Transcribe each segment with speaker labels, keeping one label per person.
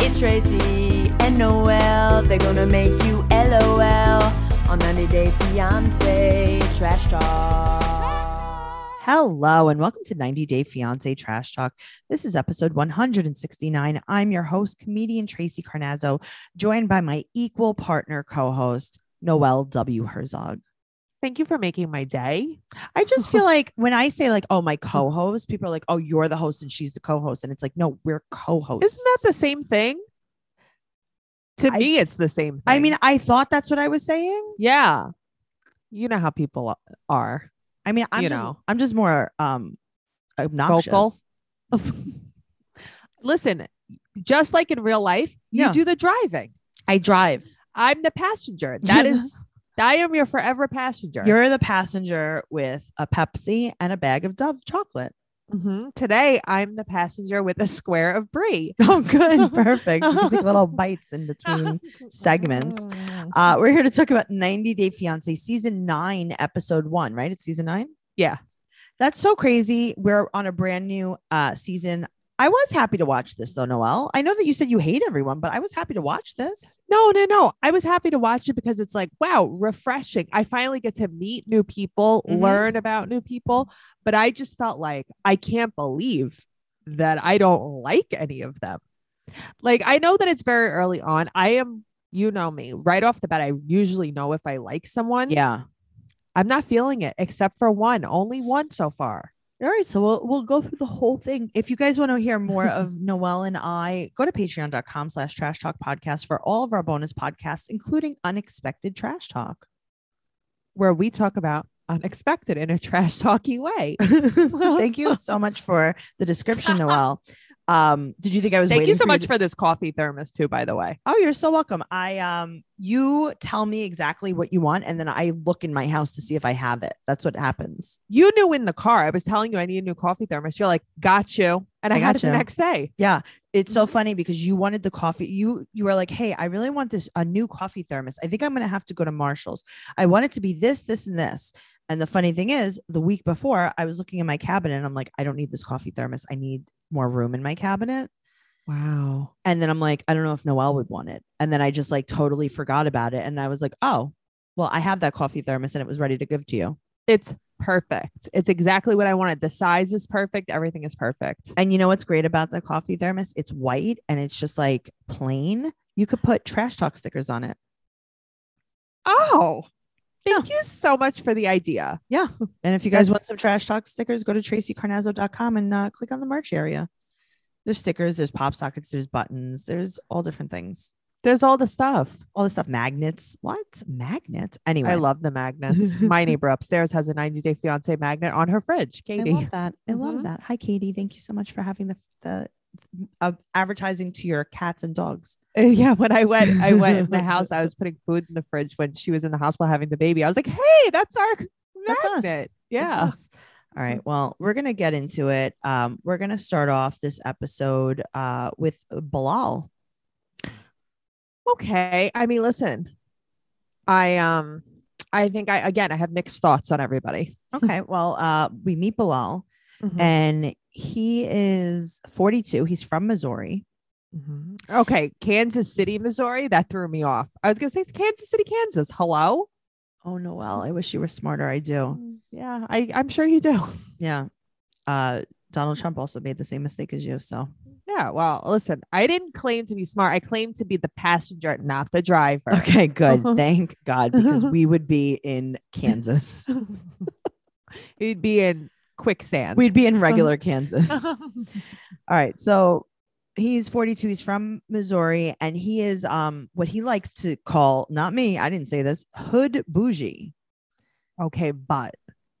Speaker 1: It's Tracy and Noel. They're gonna make you LOL on 90 Day Fiance Trash Talk.
Speaker 2: Hello and welcome to 90 Day Fiance Trash Talk. This is episode 169. I'm your host, comedian Tracy Carnazzo, joined by my equal partner co host, Noelle W. Herzog.
Speaker 3: Thank you for making my day.
Speaker 2: I just feel like when I say, like, oh, my co host, people are like, oh, you're the host and she's the co host. And it's like, no, we're co hosts.
Speaker 3: Isn't that the same thing? To
Speaker 2: I-
Speaker 3: me, it's the same thing.
Speaker 2: I mean, I thought that's what I was saying.
Speaker 3: yeah. You know how people are.
Speaker 2: I mean, I'm
Speaker 3: You
Speaker 2: just,
Speaker 3: know.
Speaker 2: I'm just more um obnoxious.
Speaker 3: Listen, just like in real life, you
Speaker 2: Yeah.
Speaker 3: do the driving.
Speaker 2: I drive.
Speaker 3: I'm the passenger. That is, I am your forever passenger.
Speaker 2: You're the passenger with a Pepsi and a bag of Dove chocolate.
Speaker 3: Mhm. Today, I'm the passenger with a square of brie.
Speaker 2: Oh, good. Perfect. You can take little bites in between segments. Uh, we're here to talk about 90 Day Fiance season nine, episode one, right? It's season nine.
Speaker 3: Yeah.
Speaker 2: That's so crazy. We're on a brand new uh, season. I was happy to watch this though, Noelle. I know that you said you hate everyone, but I was happy to watch this.
Speaker 3: No, no, no. I was happy to watch it because it's like, wow, refreshing. I finally get to meet new people,
Speaker 2: Mhm.
Speaker 3: learn about new people. But I just felt like I can't believe that I don't like any of them. Like, I know that it's very early on. I am, you know me, right off the bat, I usually know if I like someone.
Speaker 2: Yeah.
Speaker 3: I'm not feeling it except for one, only one so far.
Speaker 2: All right. So we'll we'll go through the whole thing. If you guys want to hear more of Noelle and I, go to patreon.com slash trash talk podcast for all of our bonus podcasts, including unexpected trash talk.
Speaker 3: Where we talk about unexpected in a trash talky way.
Speaker 2: Thank you so much for the description, Noelle. Um, did you think I was
Speaker 3: Thank
Speaker 2: waiting
Speaker 3: you so
Speaker 2: for
Speaker 3: much
Speaker 2: to-
Speaker 3: for this coffee thermos, too, by the way.
Speaker 2: Oh, you're so welcome. I um you tell me exactly what you want and then I look in my house to see if I have it. That's what happens.
Speaker 3: you knew in the car. I was telling you I need a new coffee thermos. You're like, got you. And I,
Speaker 2: I
Speaker 3: had
Speaker 2: got
Speaker 3: it the
Speaker 2: you.
Speaker 3: next day.
Speaker 2: It's
Speaker 3: Mm-hmm.
Speaker 2: so funny because you wanted the coffee. You you were like, "Hey, I really want this a new coffee thermos. I think I'm going to have to go to Marshalls. I want it to be this, this and this." And the funny thing is, the week before, I was looking in my cabinet and I'm like, "I don't need this coffee thermos. I need more room in my cabinet."
Speaker 3: Wow.
Speaker 2: And then I'm like, I don't know if Noelle would want it. And then I just like totally forgot about it. And I was like, oh, well, I have that coffee thermos and it was ready to give to you.
Speaker 3: It's perfect. It's exactly what I wanted. The size is perfect. Everything is perfect.
Speaker 2: And you know what's great about the coffee thermos? It's white and it's just like plain. You could put trash talk stickers on it.
Speaker 3: Oh, thank you so much for the idea.
Speaker 2: And if you guys
Speaker 3: That's-
Speaker 2: want some trash talk stickers, go to tracycarnazzo.com and uh, click on the merch area. There's stickers, there's pop sockets, there's buttons, there's all different things.
Speaker 3: There's all the stuff.
Speaker 2: All this stuff, magnets. What? Magnets? Anyway,
Speaker 3: I love the magnets. My neighbor upstairs has a 90 day fiance magnet on her fridge.
Speaker 2: I
Speaker 3: Katie.
Speaker 2: love that. I love
Speaker 3: Mhm.
Speaker 2: that. Hi, Katie. Thank you so much for having the the uh, advertising to your cats and dogs.
Speaker 3: Uh, Yeah, when I went, I went in the house. I was putting food in the fridge when she was in the hospital having the baby. I was like, "Hey, that's our
Speaker 2: That's us.
Speaker 3: magnet."
Speaker 2: That's
Speaker 3: Yeah, Mm.
Speaker 2: us. All right. Well, we're gonna get into it. Um, we're gonna start off this episode uh, with Bilal.
Speaker 3: okay i mean listen i um i think i again i have mixed thoughts on everybody
Speaker 2: Okay. well, uh, we meet Bilal,
Speaker 3: Mm-hmm.
Speaker 2: and he is 42. He's from Missouri.
Speaker 3: Mhm. okay kansas city missouri that threw me off i was gonna say it's kansas city kansas hello
Speaker 2: Oh, Noel. I wish you were smarter. I do.
Speaker 3: Mm, yeah i i'm sure you do
Speaker 2: Yeah. Uh, Donald Trump also made the same mistake as you. So
Speaker 3: yeah well listen i didn't claim to be smart i claimed to be the passenger not the driver
Speaker 2: Okay, good.
Speaker 3: Uh-huh.
Speaker 2: Thank God, because we would be in Kansas.
Speaker 3: it'd be in quicksand
Speaker 2: We'd be in regular Kansas. All right. So he's 42. He's from Missouri, and he is um what he likes to call not me. I didn't say this. Hood bougie.
Speaker 3: okay but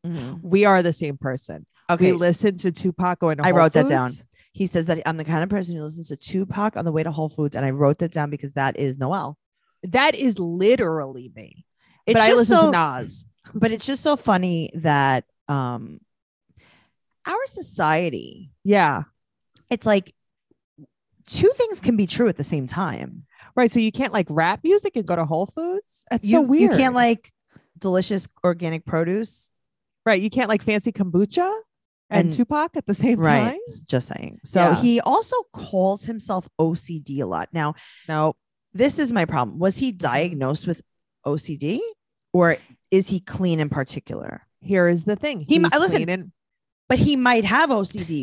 Speaker 2: Mm-hmm.
Speaker 3: we are the same person
Speaker 2: Okay.
Speaker 3: we listened to tupac going to
Speaker 2: I
Speaker 3: Whole
Speaker 2: wrote that down.
Speaker 3: Foods.
Speaker 2: He says that I'm the kind of person who listens to Tupac on the way to Whole Foods, and I wrote that down because that is Noel.
Speaker 3: That is literally me.
Speaker 2: It's
Speaker 3: but I
Speaker 2: just
Speaker 3: listen
Speaker 2: so,
Speaker 3: to Nas.
Speaker 2: but it's just so funny that um our society
Speaker 3: Yeah.
Speaker 2: it's like two things can be true at the same time.
Speaker 3: Right. So you can't like rap music and go to Whole Foods. That's so
Speaker 2: you,
Speaker 3: weird.
Speaker 2: You can't like delicious organic produce.
Speaker 3: right. You can't like fancy kombucha. and,
Speaker 2: And-
Speaker 3: Tupac at the same
Speaker 2: right.
Speaker 3: time.
Speaker 2: Just saying. So
Speaker 3: Yeah.
Speaker 2: he also calls himself OCD a lot. Now,
Speaker 3: No,
Speaker 2: this is my problem. Was he diagnosed with OCD or is he clean in particular?
Speaker 3: here is the thing.
Speaker 2: He mi-
Speaker 3: He's
Speaker 2: listen.
Speaker 3: clean and-
Speaker 2: But he might have OCD.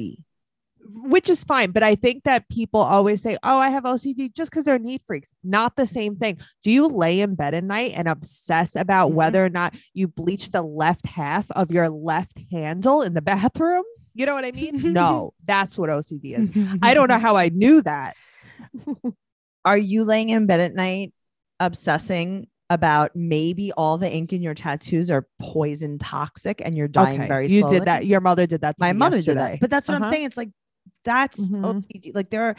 Speaker 3: which is fine, but I think that people always say, "Oh, I have OCD," just because they're neat freaks. Not the same thing. Do you lay in bed at night and obsess about
Speaker 2: Mhm.
Speaker 3: whether or not you bleach the left half of your left handle in the bathroom? You know what I mean? no, that's what OCD is. I don't
Speaker 2: Mm-hmm.
Speaker 3: know how I knew that.
Speaker 2: Are you laying in bed at night obsessing about maybe all the ink in your tattoos are poison toxic and you're dying
Speaker 3: Okay,
Speaker 2: very
Speaker 3: you
Speaker 2: slowly?
Speaker 3: did that. Your mother did that. To
Speaker 2: My
Speaker 3: me
Speaker 2: mother did
Speaker 3: yesterday.
Speaker 2: that. But that's what
Speaker 3: Uh-huh.
Speaker 2: I'm saying. It's like that's
Speaker 3: Mhm.
Speaker 2: OCD. Like there are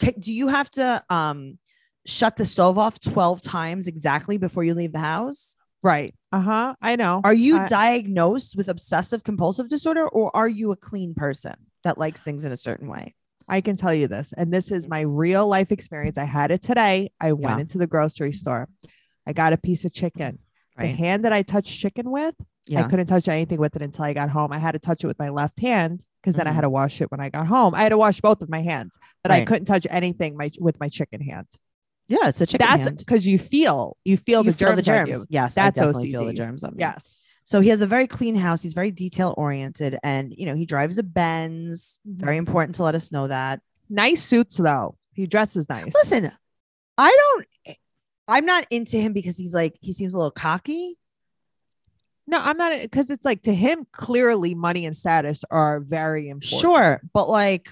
Speaker 2: ca- do you have to um shut the stove off 12 times exactly before you leave the house?
Speaker 3: Right. Uh huh. I know.
Speaker 2: Are you
Speaker 3: I-
Speaker 2: diagnosed with obsessive compulsive disorder or are you a clean person that likes things in a certain way?
Speaker 3: I can tell you this, and this is my real life experience. I had it today. I went
Speaker 2: Yeah.
Speaker 3: into the grocery store. I got a piece of chicken. The hand that I touched chicken with, I
Speaker 2: Yeah.
Speaker 3: couldn't touch anything with it until I got home. I had to touch it with my left hand because then I had to wash it when I got home. I had to wash both of my hands, but I
Speaker 2: Mm-hmm. Right.
Speaker 3: couldn't touch anything my, with my chicken hand.
Speaker 2: yeah, it's a chicken
Speaker 3: That's
Speaker 2: hand.
Speaker 3: because you feel you feel
Speaker 2: You
Speaker 3: the germs. on you.
Speaker 2: Yes,
Speaker 3: That's
Speaker 2: I definitely feel the
Speaker 3: OCD.
Speaker 2: germs on me.
Speaker 3: Yes.
Speaker 2: So he has a very clean house. He's very detail oriented, and you know he drives a Benz.
Speaker 3: mm-hmm.
Speaker 2: Very important to let us know that.
Speaker 3: nice suits though. He dresses nice.
Speaker 2: Listen, I don't. I'm not into him because he's like he seems a little cocky.
Speaker 3: No, I'm not because it's like to him clearly money and status are very important.
Speaker 2: Sure, but like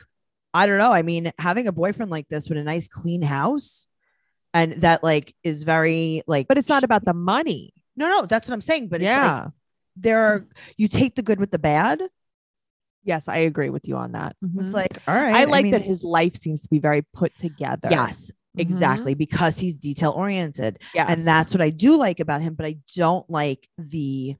Speaker 2: I don't know. I mean, having a boyfriend like this with a nice clean house, and that like is very like.
Speaker 3: but it's not about the money.
Speaker 2: No, no, that's what I'm saying. But it's like
Speaker 3: yeah.
Speaker 2: there are you take the good with the bad.
Speaker 3: yes, I agree with you on that. Mhm.
Speaker 2: It's like all right.
Speaker 3: I like
Speaker 2: mean-
Speaker 3: that his life seems to be very put together. Mm-hmm.
Speaker 2: Yes, exactly, because he's detail oriented.
Speaker 3: Yeah.
Speaker 2: and that's what I do like about him. But I don't like the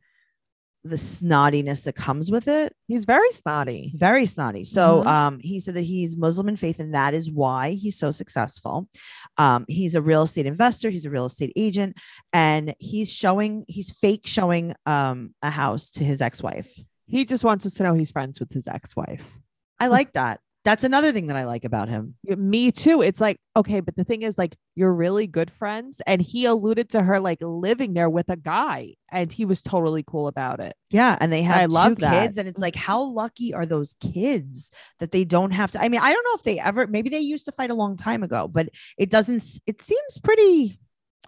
Speaker 2: the snottiness that comes with it.
Speaker 3: he's very snotty.
Speaker 2: Very snotty. So
Speaker 3: Mhm.
Speaker 2: um, he said that he's Muslim in faith, and that is why he's so successful. Um, he's a real estate investor. He's a real estate agent, and he's showing he's fake showing um, a house to his ex wife.
Speaker 3: He just wants us to know he's friends with his ex-wife.
Speaker 2: I like that. That's another thing that I like about him.
Speaker 3: Y- Me too. It's like, okay, but the thing is, like, you're really good friends. And he alluded to her like living there with a guy, and he was totally cool about it.
Speaker 2: Yeah, and they have
Speaker 3: I
Speaker 2: two
Speaker 3: love that.
Speaker 2: kids, and it's like, how lucky are those kids that they don't have to? I mean, I don't know if they ever. Maybe they used to fight a long time ago, but it doesn't. s- It seems pretty.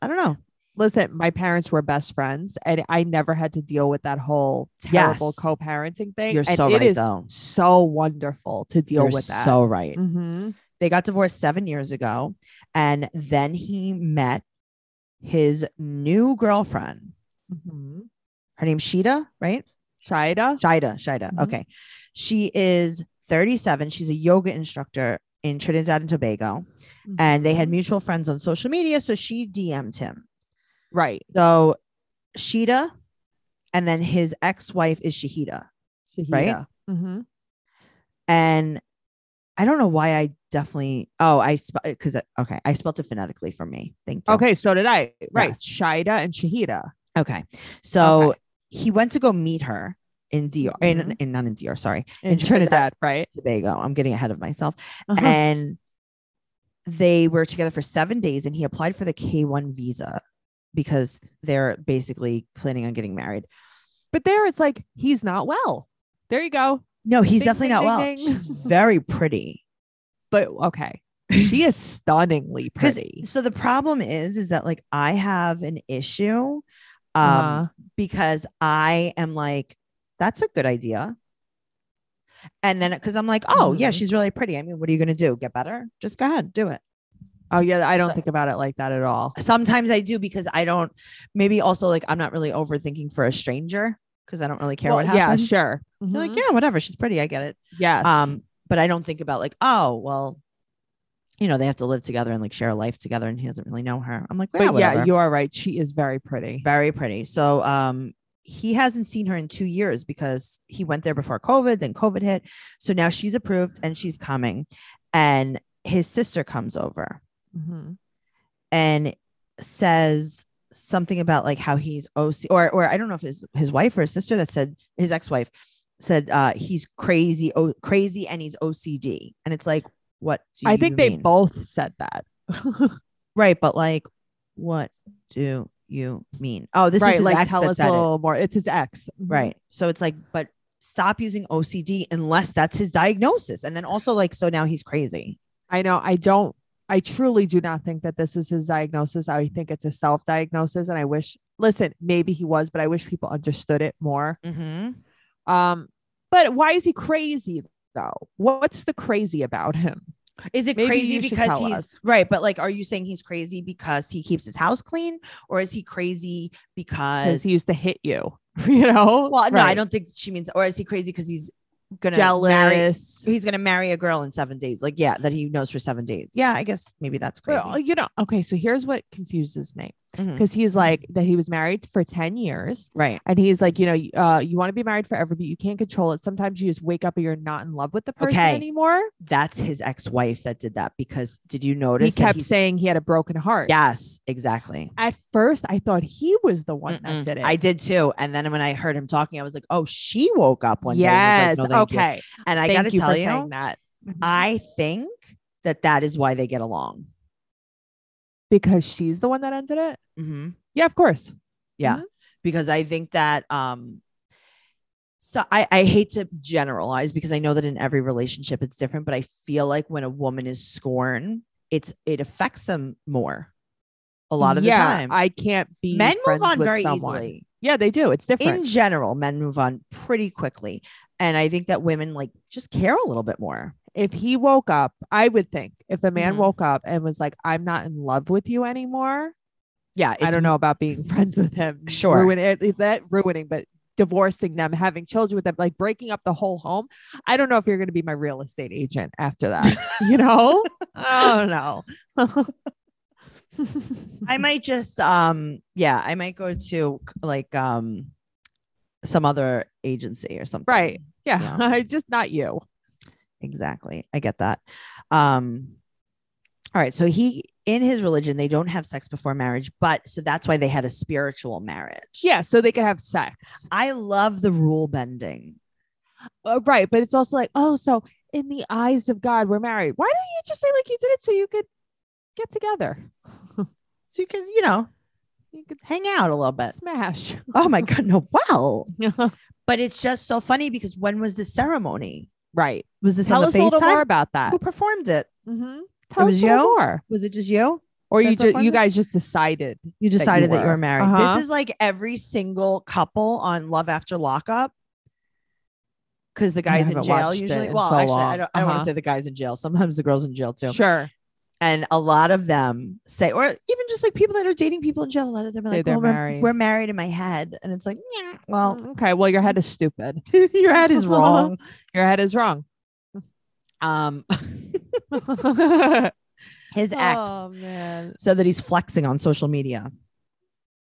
Speaker 2: I don't know.
Speaker 3: Listen, my parents were best friends, and I never had to deal with that whole terrible
Speaker 2: Yes.
Speaker 3: co-parenting thing.
Speaker 2: You're
Speaker 3: and
Speaker 2: so
Speaker 3: it
Speaker 2: right,
Speaker 3: is
Speaker 2: though.
Speaker 3: so wonderful to deal
Speaker 2: You're
Speaker 3: with that.
Speaker 2: so right.
Speaker 3: Mhm.
Speaker 2: They got divorced seven years ago, and then he met his new girlfriend.
Speaker 3: Mhm.
Speaker 2: Her name's Sheeta, right?
Speaker 3: Shida,
Speaker 2: Shida, Shida.
Speaker 3: Mhm.
Speaker 2: Okay, she is 37. She's a yoga instructor in Trinidad and Tobago. and they had
Speaker 3: Mhm.
Speaker 2: mutual friends on social media. So she DM'd him.
Speaker 3: Mm-hmm. right
Speaker 2: So Sheeta, and then his ex wife is Shahida.
Speaker 3: Shahida. Mhm.
Speaker 2: And I don't know why I definitely, oh, I, because, okay, I spelt it phonetically for me. Thank you.
Speaker 3: Okay, so did I. Right,
Speaker 2: Yes.
Speaker 3: Shida and Shahida.
Speaker 2: Okay. So he went to go meet her in DR, in,
Speaker 3: Mhm.
Speaker 2: in, not in DR, sorry,
Speaker 3: in
Speaker 2: And Trinidad.
Speaker 3: Trinidad, right?
Speaker 2: Tobago. I'm getting ahead of myself.
Speaker 3: Uh-huh.
Speaker 2: And they were together for seven days and he applied for the K1 visa because they're basically planning on getting married.
Speaker 3: but there it's like he's not well. There you go.
Speaker 2: No, he's
Speaker 3: Ding,
Speaker 2: definitely
Speaker 3: ding,
Speaker 2: not
Speaker 3: ding,
Speaker 2: well.
Speaker 3: ding.
Speaker 2: She's very pretty.
Speaker 3: But okay. She is stunningly
Speaker 2: 'Cause-
Speaker 3: pretty.
Speaker 2: So the problem is, is that like I have an issue um,
Speaker 3: Uh-huh.
Speaker 2: because I am like, that's a good idea. And then because I'm like, oh, yeah,
Speaker 3: Mhm.
Speaker 2: she's really pretty. I mean, what are you going to do? Get better? Just go ahead, do it.
Speaker 3: oh yeah, I don't
Speaker 2: so-
Speaker 3: think about it like that at all.
Speaker 2: Sometimes I do because I don't, maybe also like I'm not really overthinking for a stranger because I don't really care
Speaker 3: Well,
Speaker 2: what happens.
Speaker 3: Yeah, sure.
Speaker 2: You're like,
Speaker 3: Mhm.
Speaker 2: yeah, whatever. She's pretty. I get it.
Speaker 3: yes.
Speaker 2: Um, but I don't think about like, oh, well, you know, they have to live together and like share a life together, and he doesn't really know her. I'm like,
Speaker 3: but yeah,
Speaker 2: well, yeah,
Speaker 3: you are right. She is very pretty.
Speaker 2: very pretty. So, um, he hasn't seen her in two years because he went there before COVID. Then COVID hit, so now she's approved and she's coming, and his sister comes over
Speaker 3: Mhm.
Speaker 2: and says something about like how he's OC or or I don't know if his his wife or his sister that said his ex wife said uh, he's crazy, oh, crazy, and he's OCD. And it's like, what? Do
Speaker 3: I
Speaker 2: you
Speaker 3: think they
Speaker 2: mean?
Speaker 3: both said that.
Speaker 2: right, but like, what do you mean? Oh, this
Speaker 3: right.
Speaker 2: is his
Speaker 3: like
Speaker 2: ex
Speaker 3: tell
Speaker 2: that
Speaker 3: us
Speaker 2: said
Speaker 3: a
Speaker 2: it.
Speaker 3: little more. It's his ex. Mhm.
Speaker 2: Right. So it's like, but stop using OCD unless that's his diagnosis. And then also like, so now he's crazy.
Speaker 3: I know. I don't. I truly do not think that this is his diagnosis. I think it's a self diagnosis. And I wish, listen, maybe he was, but I wish people understood it more.
Speaker 2: Mm-hmm.
Speaker 3: Um, but why is he crazy though? What's the crazy about him?
Speaker 2: Is it
Speaker 3: Maybe
Speaker 2: crazy
Speaker 3: you should
Speaker 2: because
Speaker 3: tell
Speaker 2: he's
Speaker 3: us.
Speaker 2: right? But like, are you saying he's crazy because he keeps his house clean, or is he crazy because
Speaker 3: Because he used to hit you, you know?
Speaker 2: Well, no, I
Speaker 3: Right.
Speaker 2: don't think she means. Or is he crazy because he's gonna marry?
Speaker 3: jealous.
Speaker 2: He's gonna marry a girl in seven days. Like, yeah, that he knows for seven days. Yeah, I guess maybe that's crazy.
Speaker 3: Well, you know, okay, so here's what confuses me
Speaker 2: Mhm.
Speaker 3: because he's like that he was married for 10 years
Speaker 2: Right.
Speaker 3: and he's like, you know, y- uh, you want to be married forever, but you can't control it. Sometimes you just wake up and you're not in love with the person
Speaker 2: Okay.
Speaker 3: anymore.
Speaker 2: That's his ex-wife that did that because did you
Speaker 3: He
Speaker 2: notice that
Speaker 3: kept
Speaker 2: he's-
Speaker 3: saying he had a broken heart.
Speaker 2: Yes, exactly.
Speaker 3: At first, I thought he was the one
Speaker 2: Mm-mm.
Speaker 3: that did it.
Speaker 2: I did too. And then when I heard him talking, I was like, oh, she woke up one
Speaker 3: yes.
Speaker 2: day. and was like, "No, thank you."
Speaker 3: okay.
Speaker 2: And I
Speaker 3: Thank
Speaker 2: got to
Speaker 3: you for
Speaker 2: tell
Speaker 3: saying
Speaker 2: you,
Speaker 3: that. Mhm.
Speaker 2: I think that that is why they get along.
Speaker 3: because she's the one that ended it.
Speaker 2: Mm-hmm.
Speaker 3: Yeah, of course.
Speaker 2: Yeah.
Speaker 3: Mhm.
Speaker 2: Because I think that, um, so I, I hate to generalize because I know that in every relationship it's different, but I feel like when a woman is scorned, it's it affects them more a lot of
Speaker 3: yeah,
Speaker 2: the time.
Speaker 3: I can't be
Speaker 2: Men
Speaker 3: friends
Speaker 2: move on
Speaker 3: with
Speaker 2: very
Speaker 3: someone.
Speaker 2: easily.
Speaker 3: Yeah, they do. It's different.
Speaker 2: in general, men move on pretty quickly. And I think that women like just care a little bit more.
Speaker 3: if he woke up, I would think if a man
Speaker 2: Mhm.
Speaker 3: woke up and was like, "I'm not in love with you anymore,"
Speaker 2: Yeah.
Speaker 3: I don't know about being friends with him.
Speaker 2: Sure.
Speaker 3: ruin it, that ruining, but divorcing them, having children with them, like breaking up the whole home. I don't know if you're going to be my real estate agent after that. you know, Oh, I don't know.
Speaker 2: I might just, um, yeah, I might go to like, um, some other agency or something.
Speaker 3: Right. yeah,
Speaker 2: Yeah.
Speaker 3: just not you.
Speaker 2: Exactly. I get that. Um, all right. So he, in his religion, they don't have sex before marriage, but so that's why they had a spiritual marriage.
Speaker 3: Yeah, so they could have sex.
Speaker 2: I love the rule bending.
Speaker 3: Uh, right, but it's also like, oh, so in the eyes of God, we're married. Why don't you just say like you did it so you could get together?
Speaker 2: So you can, you know,
Speaker 3: You could
Speaker 2: hang out a little bit.
Speaker 3: smash.
Speaker 2: Oh my God. No. Wow.
Speaker 3: right.
Speaker 2: But it's just so funny because when was the ceremony? Was this
Speaker 3: Tell
Speaker 2: on
Speaker 3: us
Speaker 2: the
Speaker 3: a little more
Speaker 2: FaceTime?
Speaker 3: about that.
Speaker 2: Who performed it?
Speaker 3: hmm Tell
Speaker 2: was
Speaker 3: us a little
Speaker 2: you?
Speaker 3: more.
Speaker 2: Was it just you?
Speaker 3: Or
Speaker 2: that
Speaker 3: you just you
Speaker 2: performed it?
Speaker 3: guys just decided.
Speaker 2: You decided that you were,
Speaker 3: were.
Speaker 2: married.
Speaker 3: Uh-huh.
Speaker 2: This is like every single couple on Love After Lockup. Because the guy's in
Speaker 3: haven't
Speaker 2: jail
Speaker 3: watched it
Speaker 2: usually.
Speaker 3: in
Speaker 2: Well,
Speaker 3: so
Speaker 2: actually, I
Speaker 3: long.
Speaker 2: don't, I don't want
Speaker 3: Uh-huh.
Speaker 2: to say the guy's in jail. Sometimes the girl's in jail too.
Speaker 3: Sure.
Speaker 2: And a lot of them say, or even just like people that are dating people in jail, a lot of them are
Speaker 3: Say
Speaker 2: like,
Speaker 3: they're
Speaker 2: well, we're-
Speaker 3: married.
Speaker 2: We're, married in my head. And it's like, yeah, well,
Speaker 3: Mm, okay. Well, your head is stupid.
Speaker 2: your head is wrong.
Speaker 3: Your head is wrong.
Speaker 2: Um,
Speaker 3: His
Speaker 2: his ex
Speaker 3: Oh man.
Speaker 2: said that he's flexing on social media.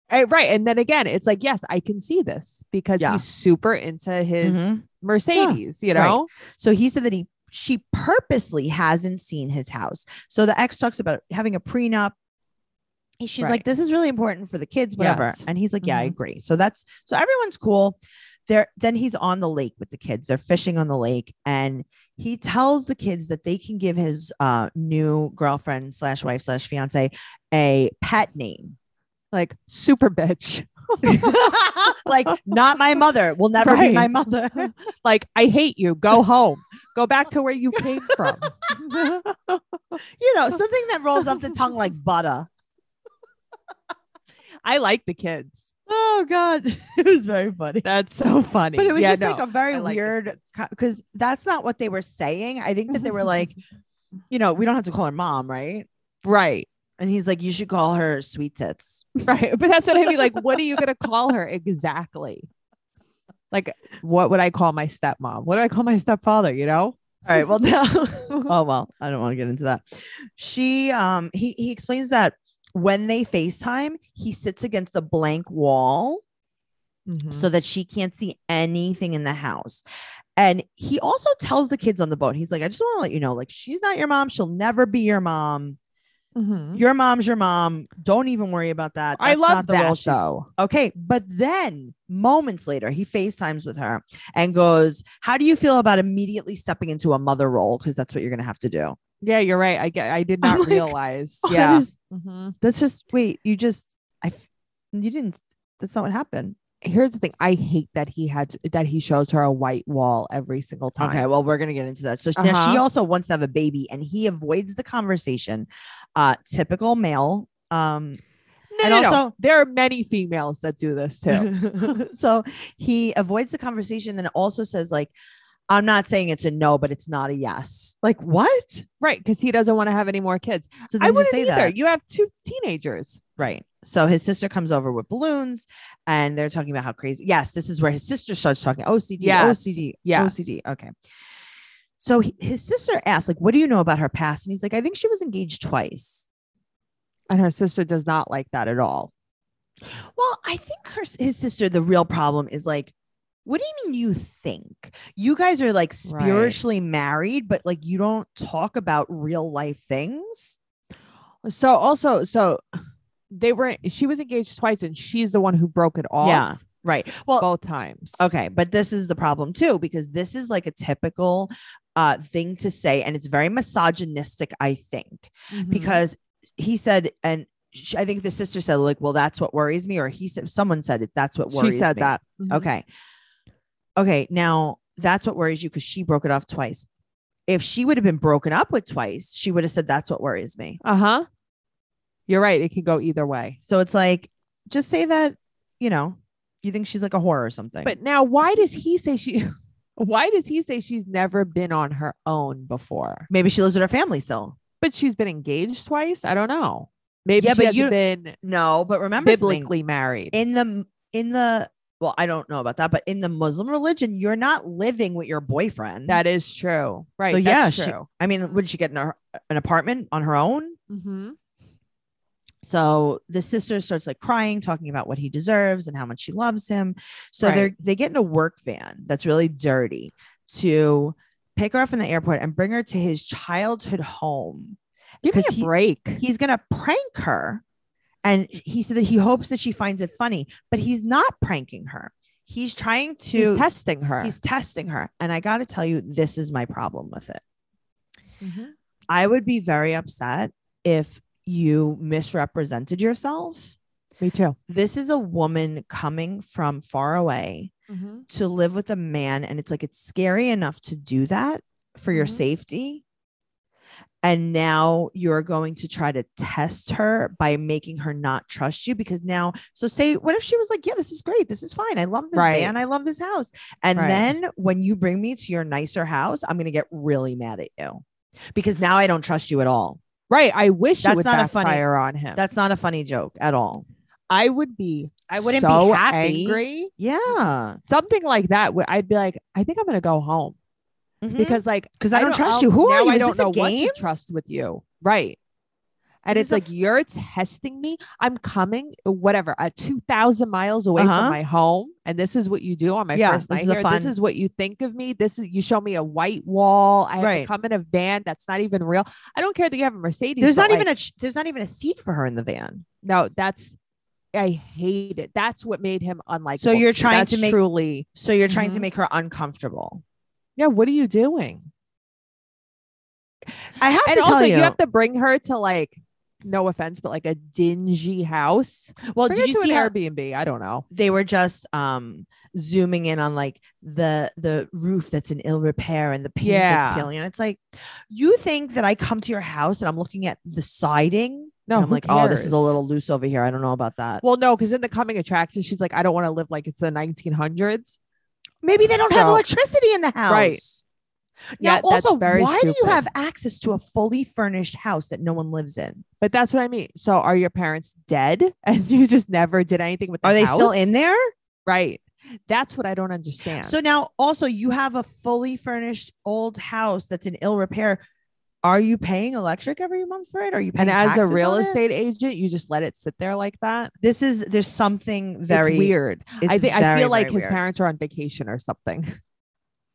Speaker 3: Eh, Right. And then again, it's like, yes, I can see this because
Speaker 2: Yeah.
Speaker 3: he's super into his
Speaker 2: Mhm.
Speaker 3: Mercedes, you
Speaker 2: right.
Speaker 3: know?
Speaker 2: So he said that he she purposely hasn't seen his house. So the ex talks about having a prenup. And She's like,
Speaker 3: Right.
Speaker 2: this is really important for the kids, whatever.
Speaker 3: Yes.
Speaker 2: And he's like, yeah, I
Speaker 3: Mhm.
Speaker 2: agree. So that's so everyone's cool. There, then he's on the lake with the kids. They're fishing on the lake, and he tells the kids that they can give his uh, new girlfriend slash wife slash fiance a pet name,
Speaker 3: like super bitch.
Speaker 2: like not my mother will never
Speaker 3: Right.
Speaker 2: be my mother.
Speaker 3: Like I hate you. Go home. Go back to where you came from.
Speaker 2: you know, something that rolls off the tongue like butter.
Speaker 3: I like the kids.
Speaker 2: Oh God, it was very funny.
Speaker 3: That's so funny.
Speaker 2: But it was
Speaker 3: Yeah,
Speaker 2: just like
Speaker 3: no.
Speaker 2: a very
Speaker 3: I like this
Speaker 2: weird because that's not what they were saying. I think that they were like, you know, we don't have to call her mom, right?
Speaker 3: right,
Speaker 2: And he's like, you should call her sweet tits.
Speaker 3: right. But that's what I mean. Like, what are you gonna call her exactly? Like, what would I call my stepmom? What do I call my stepfather? You know?
Speaker 2: All right. Well, now, oh well, I don't want to get into that. She, um, he he explains that when they FaceTime, he sits against a blank wall
Speaker 3: Mm-hmm.
Speaker 2: so that she can't see anything in the house. And he also tells the kids on the boat, he's like, I just want to let you know, like, she's not your mom. She'll never be your mom.
Speaker 3: Mhm.
Speaker 2: Your mom's your mom. Don't even worry about that.
Speaker 3: I
Speaker 2: That's
Speaker 3: love
Speaker 2: not the
Speaker 3: that
Speaker 2: role she's
Speaker 3: show.
Speaker 2: Okay. But then moments later, he FaceTimes with her and goes, How do you feel about immediately stepping into a mother role? Because that's what you're going to have to do.
Speaker 3: Yeah, you're right. I get. I did
Speaker 2: I'm
Speaker 3: not
Speaker 2: like,
Speaker 3: realize.
Speaker 2: Oh, that
Speaker 3: yeah.
Speaker 2: is-
Speaker 3: Mhm.
Speaker 2: that's just, wait, you just, I, f- you didn't, that's not what happened.
Speaker 3: Here's the thing. I hate that he had that he shows her a white wall every single time.
Speaker 2: Okay, well, we're gonna get into that. So now she
Speaker 3: Uh-huh.
Speaker 2: also wants to have a baby, and he avoids the conversation. Uh, typical male. Um,
Speaker 3: No,
Speaker 2: And
Speaker 3: no, no.
Speaker 2: also-
Speaker 3: there are many females that do this too.
Speaker 2: so he avoids the conversation, and also says like, "I'm not saying it's a no, but it's not a yes." Like what? So
Speaker 3: right, because he doesn't want to have any more kids.
Speaker 2: then
Speaker 3: I
Speaker 2: just
Speaker 3: wouldn't
Speaker 2: say
Speaker 3: either.
Speaker 2: that,
Speaker 3: You have two teenagers.
Speaker 2: right? So his sister comes over with balloons, and they're talking about how crazy. Yes, this is where his sister starts talking OCD,
Speaker 3: Yes,
Speaker 2: OCD,
Speaker 3: yes.
Speaker 2: OCD. Okay. So he, his sister asks, like, "What do you know about her past?" And he's like, "I think she was engaged twice."
Speaker 3: And her sister does not like that at all.
Speaker 2: Well, I think her his sister. The real problem is like, what do you mean you think you guys are like
Speaker 3: Right.
Speaker 2: spiritually married, but like you don't talk about real life things?
Speaker 3: So also, so they were she was engaged twice and she's the one who broke it off
Speaker 2: Yeah. Right. Well,
Speaker 3: both times.
Speaker 2: okay, but this is the problem too because this is like a typical uh, thing to say, and it's very misogynistic. I think
Speaker 3: Mhm.
Speaker 2: because he said and. sh I think the sister said, like, well, that's what worries me. Or he said, someone said it. That's what
Speaker 3: she
Speaker 2: worries
Speaker 3: said
Speaker 2: me.
Speaker 3: that. Mhm.
Speaker 2: Okay. Okay. Now that's what worries you because she broke it off twice. If she would have been broken up with twice, she would have said, That's what worries me.
Speaker 3: Uh-huh. You're right. It could go either way.
Speaker 2: So it's like, just say that, you know, you think she's like a whore or something.
Speaker 3: But now why does he say she why does he say she's never been on her own before?
Speaker 2: maybe she lives with her family still.
Speaker 3: But she's been engaged twice? I don't know. Maybe
Speaker 2: Yeah,
Speaker 3: she
Speaker 2: but
Speaker 3: hasn't
Speaker 2: you-
Speaker 3: been
Speaker 2: No, but remember something.
Speaker 3: biblically married.
Speaker 2: in the in the well, I don't know about that, but in the Muslim religion, you're not living with your boyfriend.
Speaker 3: that is true. Right.
Speaker 2: So
Speaker 3: that's
Speaker 2: yeah, she-
Speaker 3: true.
Speaker 2: I mean, would she get in a, an apartment on her own?
Speaker 3: hmm
Speaker 2: So the sister starts like crying, talking about what he deserves and how much she loves him. So
Speaker 3: Right.
Speaker 2: they're they get in a work van that's really dirty to pick her up from the airport and bring her to his childhood home.
Speaker 3: Give me
Speaker 2: 'Cause
Speaker 3: a
Speaker 2: he-
Speaker 3: break.
Speaker 2: He's gonna prank her. And he said that he hopes that she finds it funny, but he's not pranking her. He's trying to
Speaker 3: He's testing her.
Speaker 2: he's testing her. And I gotta tell you, this is my problem with it.
Speaker 3: Mhm.
Speaker 2: I would be very upset if you misrepresented yourself
Speaker 3: Me too.
Speaker 2: this is a woman coming from far away to live with a man and it's like it's scary enough to do that for your
Speaker 3: Mhm.
Speaker 2: safety and now you're going to try to test her by making her not trust you because now so say what if she was like yeah this is great this is fine i love this
Speaker 3: Right.
Speaker 2: man i love this house and
Speaker 3: Right.
Speaker 2: then when you bring me to your nicer house i'm going to get really mad at you because now i don't trust you at all
Speaker 3: Right. I wish
Speaker 2: That's
Speaker 3: you would
Speaker 2: not a funny-
Speaker 3: backfire on him.
Speaker 2: that's not a funny joke at all
Speaker 3: I would be.
Speaker 2: I wouldn't be
Speaker 3: so
Speaker 2: happy.
Speaker 3: Angry.
Speaker 2: yeah
Speaker 3: Something like that. Would I'd be like, I think I'm gonna go home
Speaker 2: Mhm.
Speaker 3: because, like,
Speaker 2: 'Cause I don't trust
Speaker 3: know-
Speaker 2: you. Who are
Speaker 3: now
Speaker 2: you?
Speaker 3: I
Speaker 2: Is
Speaker 3: don't
Speaker 2: this a
Speaker 3: know what
Speaker 2: game?
Speaker 3: to trust with you. Right. And
Speaker 2: This
Speaker 3: it's
Speaker 2: is a
Speaker 3: like
Speaker 2: f-
Speaker 3: you're testing me. I'm coming, whatever, uh, two thousand miles away
Speaker 2: Uh-huh.
Speaker 3: from my home, and this is what you do on my
Speaker 2: Yeah,
Speaker 3: first
Speaker 2: this
Speaker 3: night
Speaker 2: is a
Speaker 3: here. This
Speaker 2: fun-
Speaker 3: is what you think of me. This is you show me a white wall. I have
Speaker 2: Right.
Speaker 3: to come in a van that's not even real. I don't care that you have a Mercedes.
Speaker 2: there's
Speaker 3: but,
Speaker 2: not
Speaker 3: like,
Speaker 2: even a ch- there's not even a seat for her in the van
Speaker 3: No, that's I hate it. That's what made him unlikable.
Speaker 2: So you're
Speaker 3: to me.
Speaker 2: trying
Speaker 3: That's
Speaker 2: to make-
Speaker 3: truly.
Speaker 2: So you're trying to
Speaker 3: Mhm.
Speaker 2: make her uncomfortable.
Speaker 3: Yeah, what are you doing?
Speaker 2: I have
Speaker 3: And
Speaker 2: to
Speaker 3: also,
Speaker 2: tell
Speaker 3: you.
Speaker 2: you.
Speaker 3: have to bring her to like, no offense, but like a dingy house.
Speaker 2: well,
Speaker 3: bring
Speaker 2: did
Speaker 3: her
Speaker 2: you
Speaker 3: to
Speaker 2: see
Speaker 3: an
Speaker 2: how
Speaker 3: Airbnb? I don't know.
Speaker 2: they were just um zooming in on like the the roof that's in ill repair and the paint
Speaker 3: Yeah.
Speaker 2: that's peeling? And it's like, you think that I come to your house and I'm looking at the siding?
Speaker 3: No,
Speaker 2: and I'm
Speaker 3: who
Speaker 2: like, oh, this is a
Speaker 3: cares?
Speaker 2: little loose over here. I don't know about that.
Speaker 3: Well, no, because in the coming attraction, she's like, I don't want to live like it's the 1900s.
Speaker 2: Maybe they don't have
Speaker 3: so-
Speaker 2: electricity in the house.
Speaker 3: Right.
Speaker 2: Now,
Speaker 3: Yeah, that's
Speaker 2: also,
Speaker 3: very
Speaker 2: why do you
Speaker 3: stupid.
Speaker 2: have access to a fully furnished house that no one lives in?
Speaker 3: But that's what I mean. So, are your parents dead, and you just never did anything with? The
Speaker 2: Are they still
Speaker 3: house?
Speaker 2: in there?
Speaker 3: Right. That's what I don't understand.
Speaker 2: So now also you have a fully furnished old house that's in ill repair. Are you paying electric every month for it? Are you paying
Speaker 3: and as a
Speaker 2: taxes
Speaker 3: real
Speaker 2: on it?
Speaker 3: estate agent, you just let it sit there like that.
Speaker 2: This is there's something very
Speaker 3: it's weird. I
Speaker 2: it's
Speaker 3: think I
Speaker 2: very,
Speaker 3: feel like
Speaker 2: very
Speaker 3: his
Speaker 2: weird.
Speaker 3: parents are on vacation or something.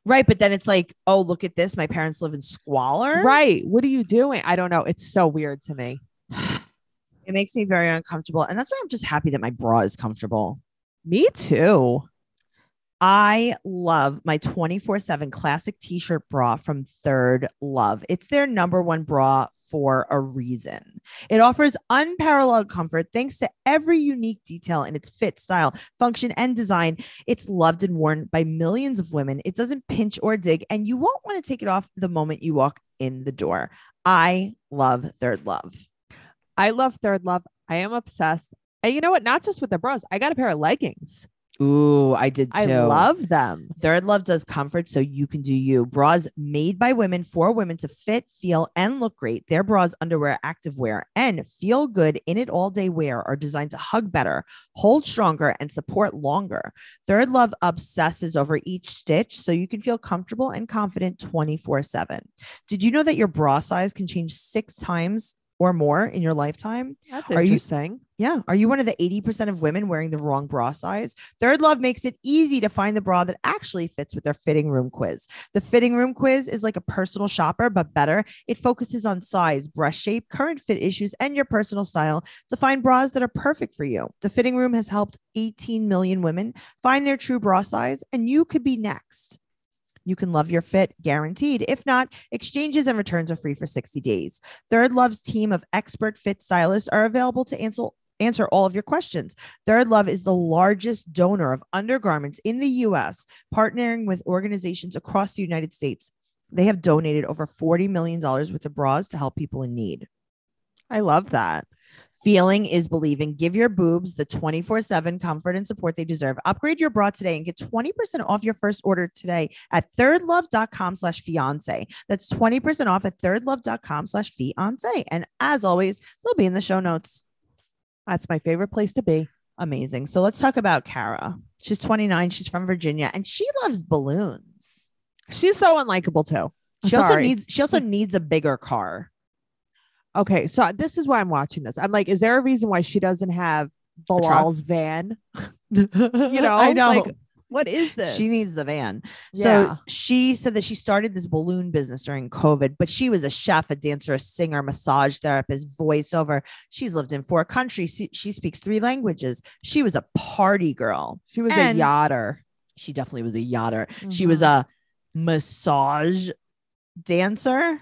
Speaker 2: Right, but then it's like, oh, look at this. My parents live in squalor.
Speaker 3: Right. What are you doing? I don't know. It's so weird to me.
Speaker 2: It makes me very uncomfortable. And that's why I'm just happy that my bra is comfortable.
Speaker 3: Me too.
Speaker 2: I love my 24 7 classic t shirt bra from Third Love. It's their number one bra for a reason. It offers unparalleled comfort thanks to every unique detail in its fit, style, function, and design. It's loved and worn by millions of women. It doesn't pinch or dig, and you won't want to take it off the moment you walk in the door. I love Third Love.
Speaker 3: I love Third Love. I am obsessed. And you know what? Not just with the bras. I got a pair of leggings.
Speaker 2: Ooh, I did too.
Speaker 3: I love them.
Speaker 2: Third Love does comfort so you can do you. Bras made by women for women to fit, feel, and look great. Their bras, underwear, activewear, and feel good in it all day wear are designed to hug better, hold stronger, and support longer. Third Love obsesses over each stitch so you can feel comfortable and confident 24 7. Did you know that your bra size can change six times or more in your lifetime?
Speaker 3: That's
Speaker 2: Are you-
Speaker 3: interesting.
Speaker 2: Yeah. Are you one of the 80% of women wearing the wrong bra size? Third Love makes it easy to find the bra that actually fits with their fitting room quiz. The fitting room quiz is like a personal shopper, but better. It focuses on size, breast shape, current fit issues, and your personal style to find bras that are perfect for you. The fitting room has helped 18 million women find their true bra size, and you could be next. You can love your fit guaranteed. If not, exchanges and returns are free for 60 days. Third Love's team of expert fit stylists are available to answer answer all of your questions. Third Love is the largest donor of undergarments in the US, partnering with organizations across the United States. They have donated over $40 million worth of bras to help people in need.
Speaker 3: I love that.
Speaker 2: Feeling is believing. Give your boobs the 24 7 comfort and support they deserve. Upgrade your bra today and get 20% off your first order today at thirdlove.com slash fiance. That's 20% off at thirdlove.com slash fiance. And as always, they'll be in the show notes.
Speaker 3: That's my favorite place to be.
Speaker 2: Amazing. So let's talk about Kara. She's 29. She's from Virginia and she loves balloons.
Speaker 3: She's so unlikable too.
Speaker 2: She also
Speaker 3: Sorry.
Speaker 2: needs she also needs a bigger car.
Speaker 3: Okay, so uh, this is why I'm watching this. I'm like, is there a reason why she doesn't have Bilal's van?
Speaker 2: you
Speaker 3: know,
Speaker 2: I know.
Speaker 3: like, What is this?
Speaker 2: she needs the van.
Speaker 3: Yeah.
Speaker 2: So she said that she started this balloon business during COVID, but she was a chef, a dancer, a singer, massage therapist, voiceover. She's lived in four countries. She, she speaks three languages. She was a party girl.
Speaker 3: She was
Speaker 2: and-
Speaker 3: a yachter.
Speaker 2: She definitely was a yachter. She was
Speaker 3: Mm-hmm.
Speaker 2: a massage dancer.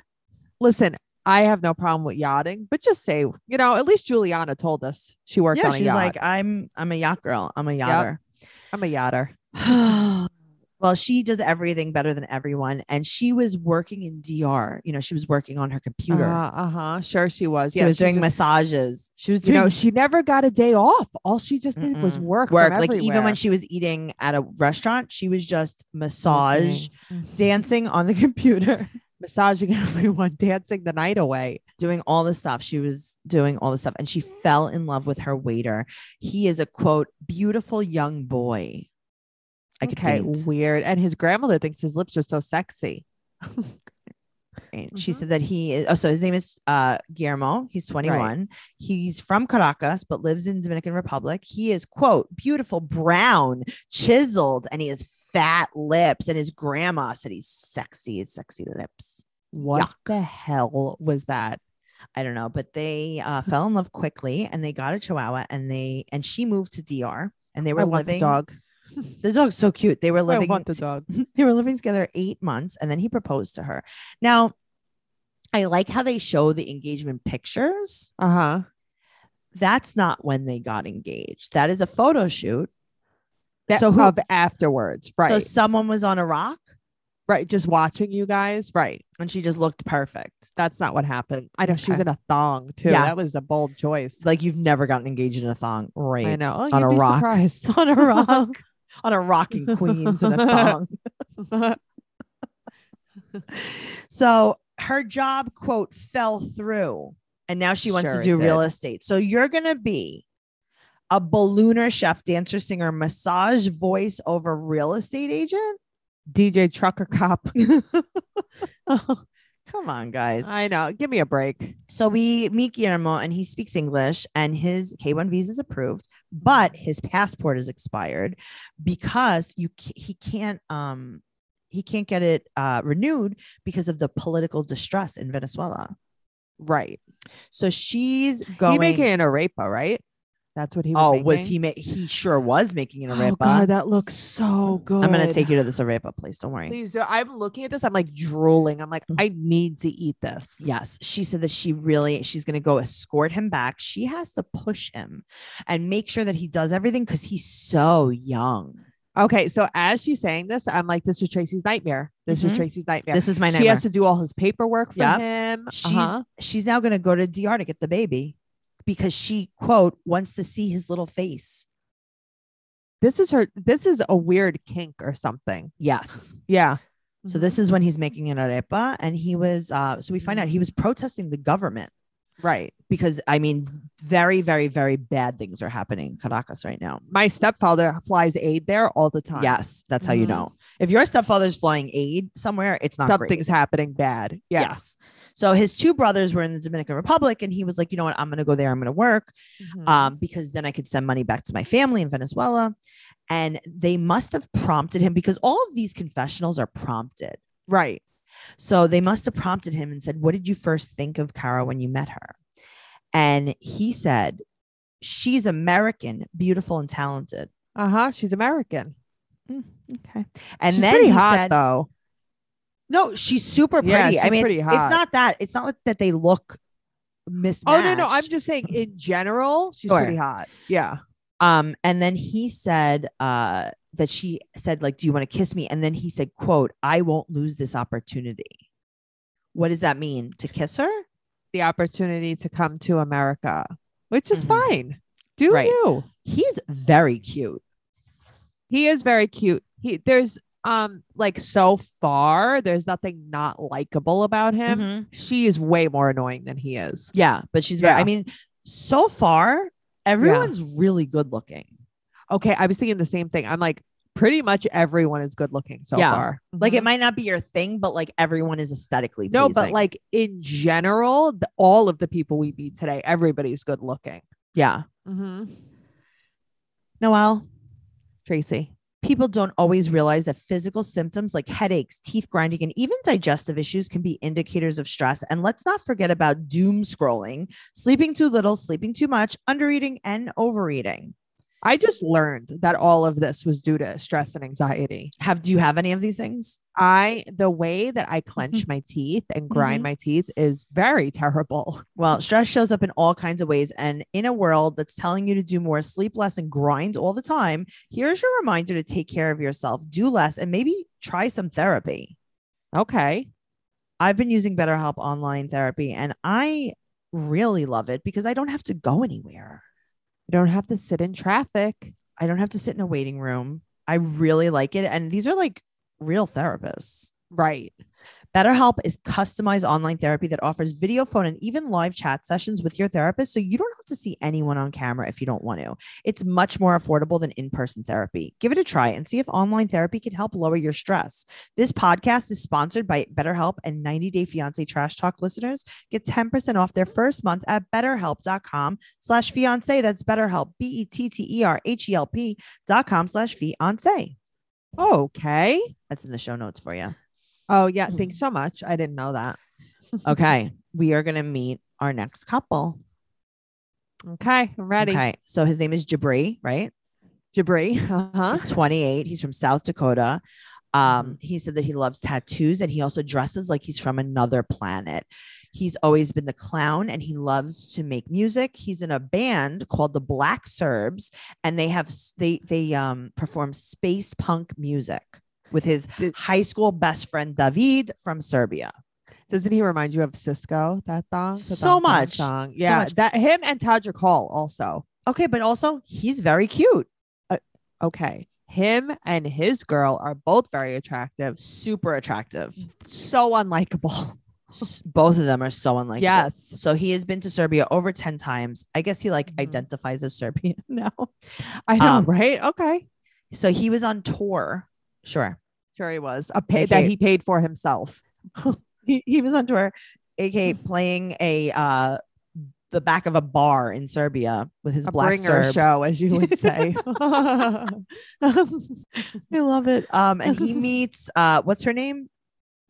Speaker 3: Listen, I have no problem with yachting, but just say, you know, at least Juliana told us she worked
Speaker 2: yeah,
Speaker 3: on a
Speaker 2: she's
Speaker 3: yacht.
Speaker 2: like, I'm I'm a yacht girl. I'm a yachter.
Speaker 3: I'm a yachter.
Speaker 2: well, she does everything better than everyone. And she was working in DR. You know, she was working on her computer.
Speaker 3: Uh huh. Sure, she was.
Speaker 2: she
Speaker 3: Yeah,
Speaker 2: was
Speaker 3: she
Speaker 2: doing
Speaker 3: just-
Speaker 2: massages. She was
Speaker 3: You
Speaker 2: doing
Speaker 3: know, she never got a day off. All she just did was
Speaker 2: Mm-mm.
Speaker 3: work.
Speaker 2: work.
Speaker 3: from
Speaker 2: Like even
Speaker 3: everywhere.
Speaker 2: when she was eating at a restaurant, she was just massage,
Speaker 3: Mhm.
Speaker 2: dancing on the computer,
Speaker 3: massaging everyone, dancing the night away.
Speaker 2: doing all the stuff. She was doing all the stuff. And she fell in love with her waiter. He is a quote, beautiful young boy. I could
Speaker 3: okay,
Speaker 2: faint.
Speaker 3: weird. And his grandmother thinks his lips are so sexy.
Speaker 2: Right. She
Speaker 3: Mhm.
Speaker 2: said that he is. Oh, so his name is uh, Guillermo. He's 21. He's from Caracas, but lives in Dominican Republic. He is quote beautiful, brown, chiseled, and he has fat lips. And his grandma said he's sexy. His sexy lips.
Speaker 3: What
Speaker 2: Yuck.
Speaker 3: the hell was that?
Speaker 2: I don't know, but they uh, fell in love quickly, and they got a Chihuahua, and they and she moved to DR, and they were
Speaker 3: I want
Speaker 2: living.
Speaker 3: the dog.
Speaker 2: The dog's so cute. They were
Speaker 3: I
Speaker 2: living
Speaker 3: want the dog.
Speaker 2: they were living together eight months and then he proposed to her now i like how they show the engagement pictures
Speaker 3: Uh huh.
Speaker 2: that's not when they got engaged that is a photo shoot
Speaker 3: That
Speaker 2: So who-
Speaker 3: of afterwards,
Speaker 2: so
Speaker 3: right?
Speaker 2: someone was on a rock
Speaker 3: right. Just watching you guys, right?
Speaker 2: and she just looked perfect
Speaker 3: That's not what happened. I know she's
Speaker 2: Okay.
Speaker 3: in a thong too.
Speaker 2: Yeah.
Speaker 3: That was a bold choice.
Speaker 2: like you've never gotten engaged in a thong
Speaker 3: I
Speaker 2: right
Speaker 3: know. Oh,
Speaker 2: On
Speaker 3: you'd
Speaker 2: a
Speaker 3: be
Speaker 2: rock.
Speaker 3: surprised.
Speaker 2: on a rock on a rock in queens in a thong so her job quote fell through and now she wants
Speaker 3: Sure
Speaker 2: to
Speaker 3: it
Speaker 2: do real
Speaker 3: did.
Speaker 2: estate so you're gonna be a ballooner chef dancer singer massage voice over real estate agent
Speaker 3: DJ trucker cop.
Speaker 2: come on guys
Speaker 3: I know. Give me a break.
Speaker 2: so we meet guillermo and he speaks english and his k1 visa is approved but his passport is expired because you ca- he can't um he can't get it uh, renewed because of the political distress in venezuela
Speaker 3: Right.
Speaker 2: So she's going.
Speaker 3: He making an arepa, right? That's what he was
Speaker 2: oh, was
Speaker 3: making?
Speaker 2: he? Ma- he sure was making an arepa.
Speaker 3: Oh god, that looks so good.
Speaker 2: I'm gonna take you to this arepa place. Don't worry.
Speaker 3: Please do. I'm looking at this. I'm like drooling. I'm like,
Speaker 2: Mm.
Speaker 3: I need to eat this.
Speaker 2: Yes, she said that she really she's going to go escort him back. She has to push him and make sure that he does everything because he's so young.
Speaker 3: Okay. So as she's saying this, I'm like, this is Tracy's nightmare. This
Speaker 2: Mhm.
Speaker 3: is Tracy's nightmare.
Speaker 2: This is my nightmare.
Speaker 3: She has to do all his paperwork for
Speaker 2: Yep.
Speaker 3: him.
Speaker 2: She's-
Speaker 3: Uh-huh.
Speaker 2: She's now going to go to DR to get the baby because she quote wants to see his little face.
Speaker 3: This is her. This is a weird kink or something.
Speaker 2: Yes.
Speaker 3: Yeah.
Speaker 2: So this is when he's making an arepa, and he was. Uh, so we find out he was protesting the government
Speaker 3: right.
Speaker 2: because I mean, very, very, very bad things are happening in Caracas right now.
Speaker 3: My stepfather flies aid there all the time.
Speaker 2: Yes, that's how you
Speaker 3: Mhm.
Speaker 2: know. If your stepfather's flying aid somewhere, it's not great.
Speaker 3: Something's happening bad. Yeah.
Speaker 2: Yes. So his two brothers were in the Dominican Republic, and he was like, you know what? I'm going to go there. I'm going to work
Speaker 3: Mhm.
Speaker 2: um, because then I could send money back to my family in Venezuela. And they must have prompted him because all of these confessionals are prompted.
Speaker 3: right.
Speaker 2: So they must have prompted him and said, What did you first think of Cara when you met her? And he said, She's American, beautiful, and talented.
Speaker 3: Uh huh. She's American.
Speaker 2: Mm, okay. And
Speaker 3: she's
Speaker 2: then
Speaker 3: pretty
Speaker 2: he
Speaker 3: hot
Speaker 2: said,
Speaker 3: though.
Speaker 2: No, she's super pretty.
Speaker 3: Yeah,
Speaker 2: I
Speaker 3: she's
Speaker 2: mean,
Speaker 3: pretty
Speaker 2: it's, it's
Speaker 3: hot.
Speaker 2: not that. It's not like that they look
Speaker 3: Oh
Speaker 2: mismatched.
Speaker 3: no, no. I'm just saying in general, she's
Speaker 2: Sure.
Speaker 3: pretty hot. Yeah.
Speaker 2: um and then he said uh that she said like do you want to kiss me and then he said quote i won't lose this opportunity what does that mean to kiss her
Speaker 3: The opportunity to come to America, which is
Speaker 2: Mhm.
Speaker 3: fine. Do
Speaker 2: Right.
Speaker 3: you?
Speaker 2: he's very cute
Speaker 3: He is very cute. He there's um like so far, there's nothing not likable about him. She is way more annoying than he is.
Speaker 2: yeah but she's very i
Speaker 3: Yeah.
Speaker 2: mean so far everyone's really good looking
Speaker 3: Okay, I was thinking the same thing. I'm like, pretty much everyone is good looking so
Speaker 2: Yeah.
Speaker 3: far.
Speaker 2: like
Speaker 3: Mhm.
Speaker 2: it might not be your thing but like everyone is aesthetically
Speaker 3: No, but
Speaker 2: pleasing.
Speaker 3: like in general, the, all of the people we meet today, everybody's good looking.
Speaker 2: yeah
Speaker 3: Mm-hmm.
Speaker 2: noel
Speaker 3: Tracy.
Speaker 2: people don't always realize that physical symptoms like headaches, teeth grinding, and even digestive issues can be indicators of stress. And let's not forget about doom scrolling, sleeping too little, sleeping too much, undereating, and overeating.
Speaker 3: I just learned that all of this was due to stress and anxiety.
Speaker 2: Have do you have any of these things?
Speaker 3: I the way that I clench my teeth and grind
Speaker 2: Mhm.
Speaker 3: my teeth is very terrible.
Speaker 2: Well, stress shows up in all kinds of ways. And in a world that's telling you to do more, sleep less, and grind all the time, here's your reminder to take care of yourself, do less, and maybe try some therapy.
Speaker 3: Okay.
Speaker 2: I've been using BetterHelp online therapy and I really love it because I don't have to go anywhere.
Speaker 3: You don't have to sit in traffic.
Speaker 2: I don't have to sit in a waiting room. I really like it. And these are like real therapists.
Speaker 3: Right.
Speaker 2: BetterHelp is customized online therapy that offers video, phone, and even live chat sessions with your therapist. So you don't have to see anyone on camera if you don't want to. It's much more affordable than in person therapy. Give it a try and see if online therapy can help lower your stress. This podcast is sponsored by BetterHelp and 90 Day Fiance Trash Talk listeners get 10% off their first month at betterhelp.com slash fiance. That's betterhelp, B E T T E R H E L P dot com slash fiance.
Speaker 3: Okay.
Speaker 2: That's in the show notes for you.
Speaker 3: Oh yeah. Thanks so much. I didn't know that.
Speaker 2: Okay. we are going to meet our next couple.
Speaker 3: Okay. I'm ready.
Speaker 2: Okay. So his name is Jabri, right?
Speaker 3: Jabri. Uh-huh.
Speaker 2: He's 28. He's from South Dakota. Um, he said that he loves tattoos and he also dresses like he's from another planet. He's always been the clown and he loves to make music. He's in a band called the Black Serbs and they have s- they they um perform space punk music with his
Speaker 3: Did-
Speaker 2: high school best friend David from Serbia.
Speaker 3: Doesn't he remind you of Cisco? That song.
Speaker 2: So
Speaker 3: That thong, thong,
Speaker 2: much.
Speaker 3: thong.
Speaker 2: So
Speaker 3: Yeah.
Speaker 2: much.
Speaker 3: That him and Tadric Hall also.
Speaker 2: Okay, but also he's very cute.
Speaker 3: Okay. Him and his girl are both very attractive.
Speaker 2: Super attractive.
Speaker 3: So unlikable.
Speaker 2: S- Both of them are so unlike.
Speaker 3: yes.
Speaker 2: So he has been to Serbia over 10 times. I guess he like
Speaker 3: Mhm.
Speaker 2: identifies as Serbian now.
Speaker 3: I know,
Speaker 2: Um,
Speaker 3: right? Okay.
Speaker 2: So he was on tour. Sure.
Speaker 3: Sure he was. A pay- that
Speaker 2: aka
Speaker 3: he paid for himself.
Speaker 2: He, he was on tour, aka playing a uh the back of a bar in Serbia with his
Speaker 3: A
Speaker 2: black
Speaker 3: bringer
Speaker 2: Serbs.
Speaker 3: show, as you would say.
Speaker 2: I love it. Um and he meets uh what's her name?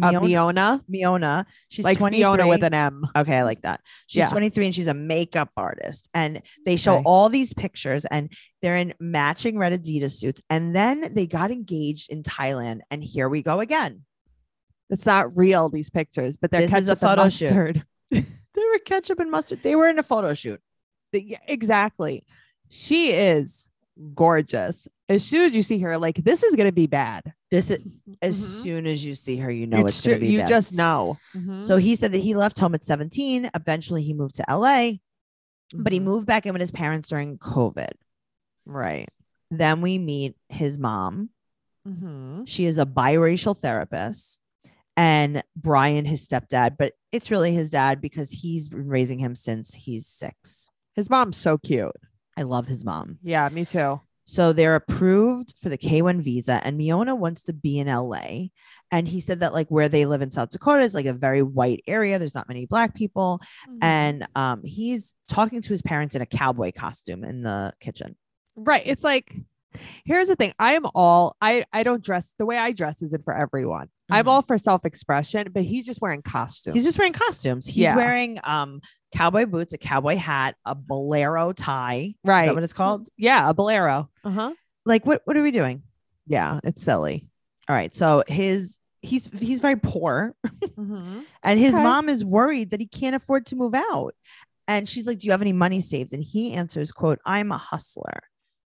Speaker 3: Uh,
Speaker 2: Miona.
Speaker 3: Miona,
Speaker 2: Miona. She's
Speaker 3: like
Speaker 2: 23.
Speaker 3: Fiona with an M.
Speaker 2: Okay, I like that. She's
Speaker 3: Yeah.
Speaker 2: 23 and she's a makeup artist. And they show
Speaker 3: Okay.
Speaker 2: all these pictures and they're in matching red Adidas suits. And then they got engaged in Thailand. And here we go again.
Speaker 3: It's not real these pictures, but they're
Speaker 2: This is a
Speaker 3: ketchup and
Speaker 2: photo shoot.
Speaker 3: mustard.
Speaker 2: They were ketchup and mustard. They were in a photo shoot.
Speaker 3: The- yeah, exactly. She is gorgeous. As soon as you see her, like this is gonna be bad.
Speaker 2: This is as
Speaker 3: Mhm.
Speaker 2: soon as you see her, you know
Speaker 3: It's
Speaker 2: it's, going
Speaker 3: ju-
Speaker 2: to be
Speaker 3: you
Speaker 2: bad.
Speaker 3: just know.
Speaker 2: So he said that he left home at 17. Eventually, he moved to LA, but he
Speaker 3: Mhm.
Speaker 2: moved back in with his parents during COVID.
Speaker 3: right.
Speaker 2: Then we meet his mom.
Speaker 3: Mm-hmm.
Speaker 2: She is a biracial therapist and Brian, his stepdad, but it's really his dad because he's been raising him since he's six.
Speaker 3: His mom's so cute.
Speaker 2: I love his mom.
Speaker 3: Yeah, me too.
Speaker 2: So they're approved for the K 1 visa, and Miona wants to be in LA. And he said that, like, where they live in South Dakota is like a very white area. There's not many black people.
Speaker 3: Mm-hmm.
Speaker 2: And um, he's talking to his parents in a cowboy costume in the kitchen.
Speaker 3: right, it's like here's the thing. I am all I I don't dress the way I dress isn't for everyone. I'm
Speaker 2: Mhm.
Speaker 3: all for self-expression, but he's just wearing costumes.
Speaker 2: He's just wearing costumes. He's
Speaker 3: Yeah.
Speaker 2: wearing um, cowboy boots, a cowboy hat, a bolero tie. Is
Speaker 3: right.
Speaker 2: that what it's called?
Speaker 3: yeah, a bolero. Uh-huh.
Speaker 2: Like, what what are we doing?
Speaker 3: Yeah, it's silly.
Speaker 2: All right. So his he's he's very poor,
Speaker 3: Mm-hmm.
Speaker 2: and his
Speaker 3: Okay.
Speaker 2: mom is worried that he can't afford to move out. And she's like, "Do you have any money saved?" And he answers, "Quote, I'm a hustler."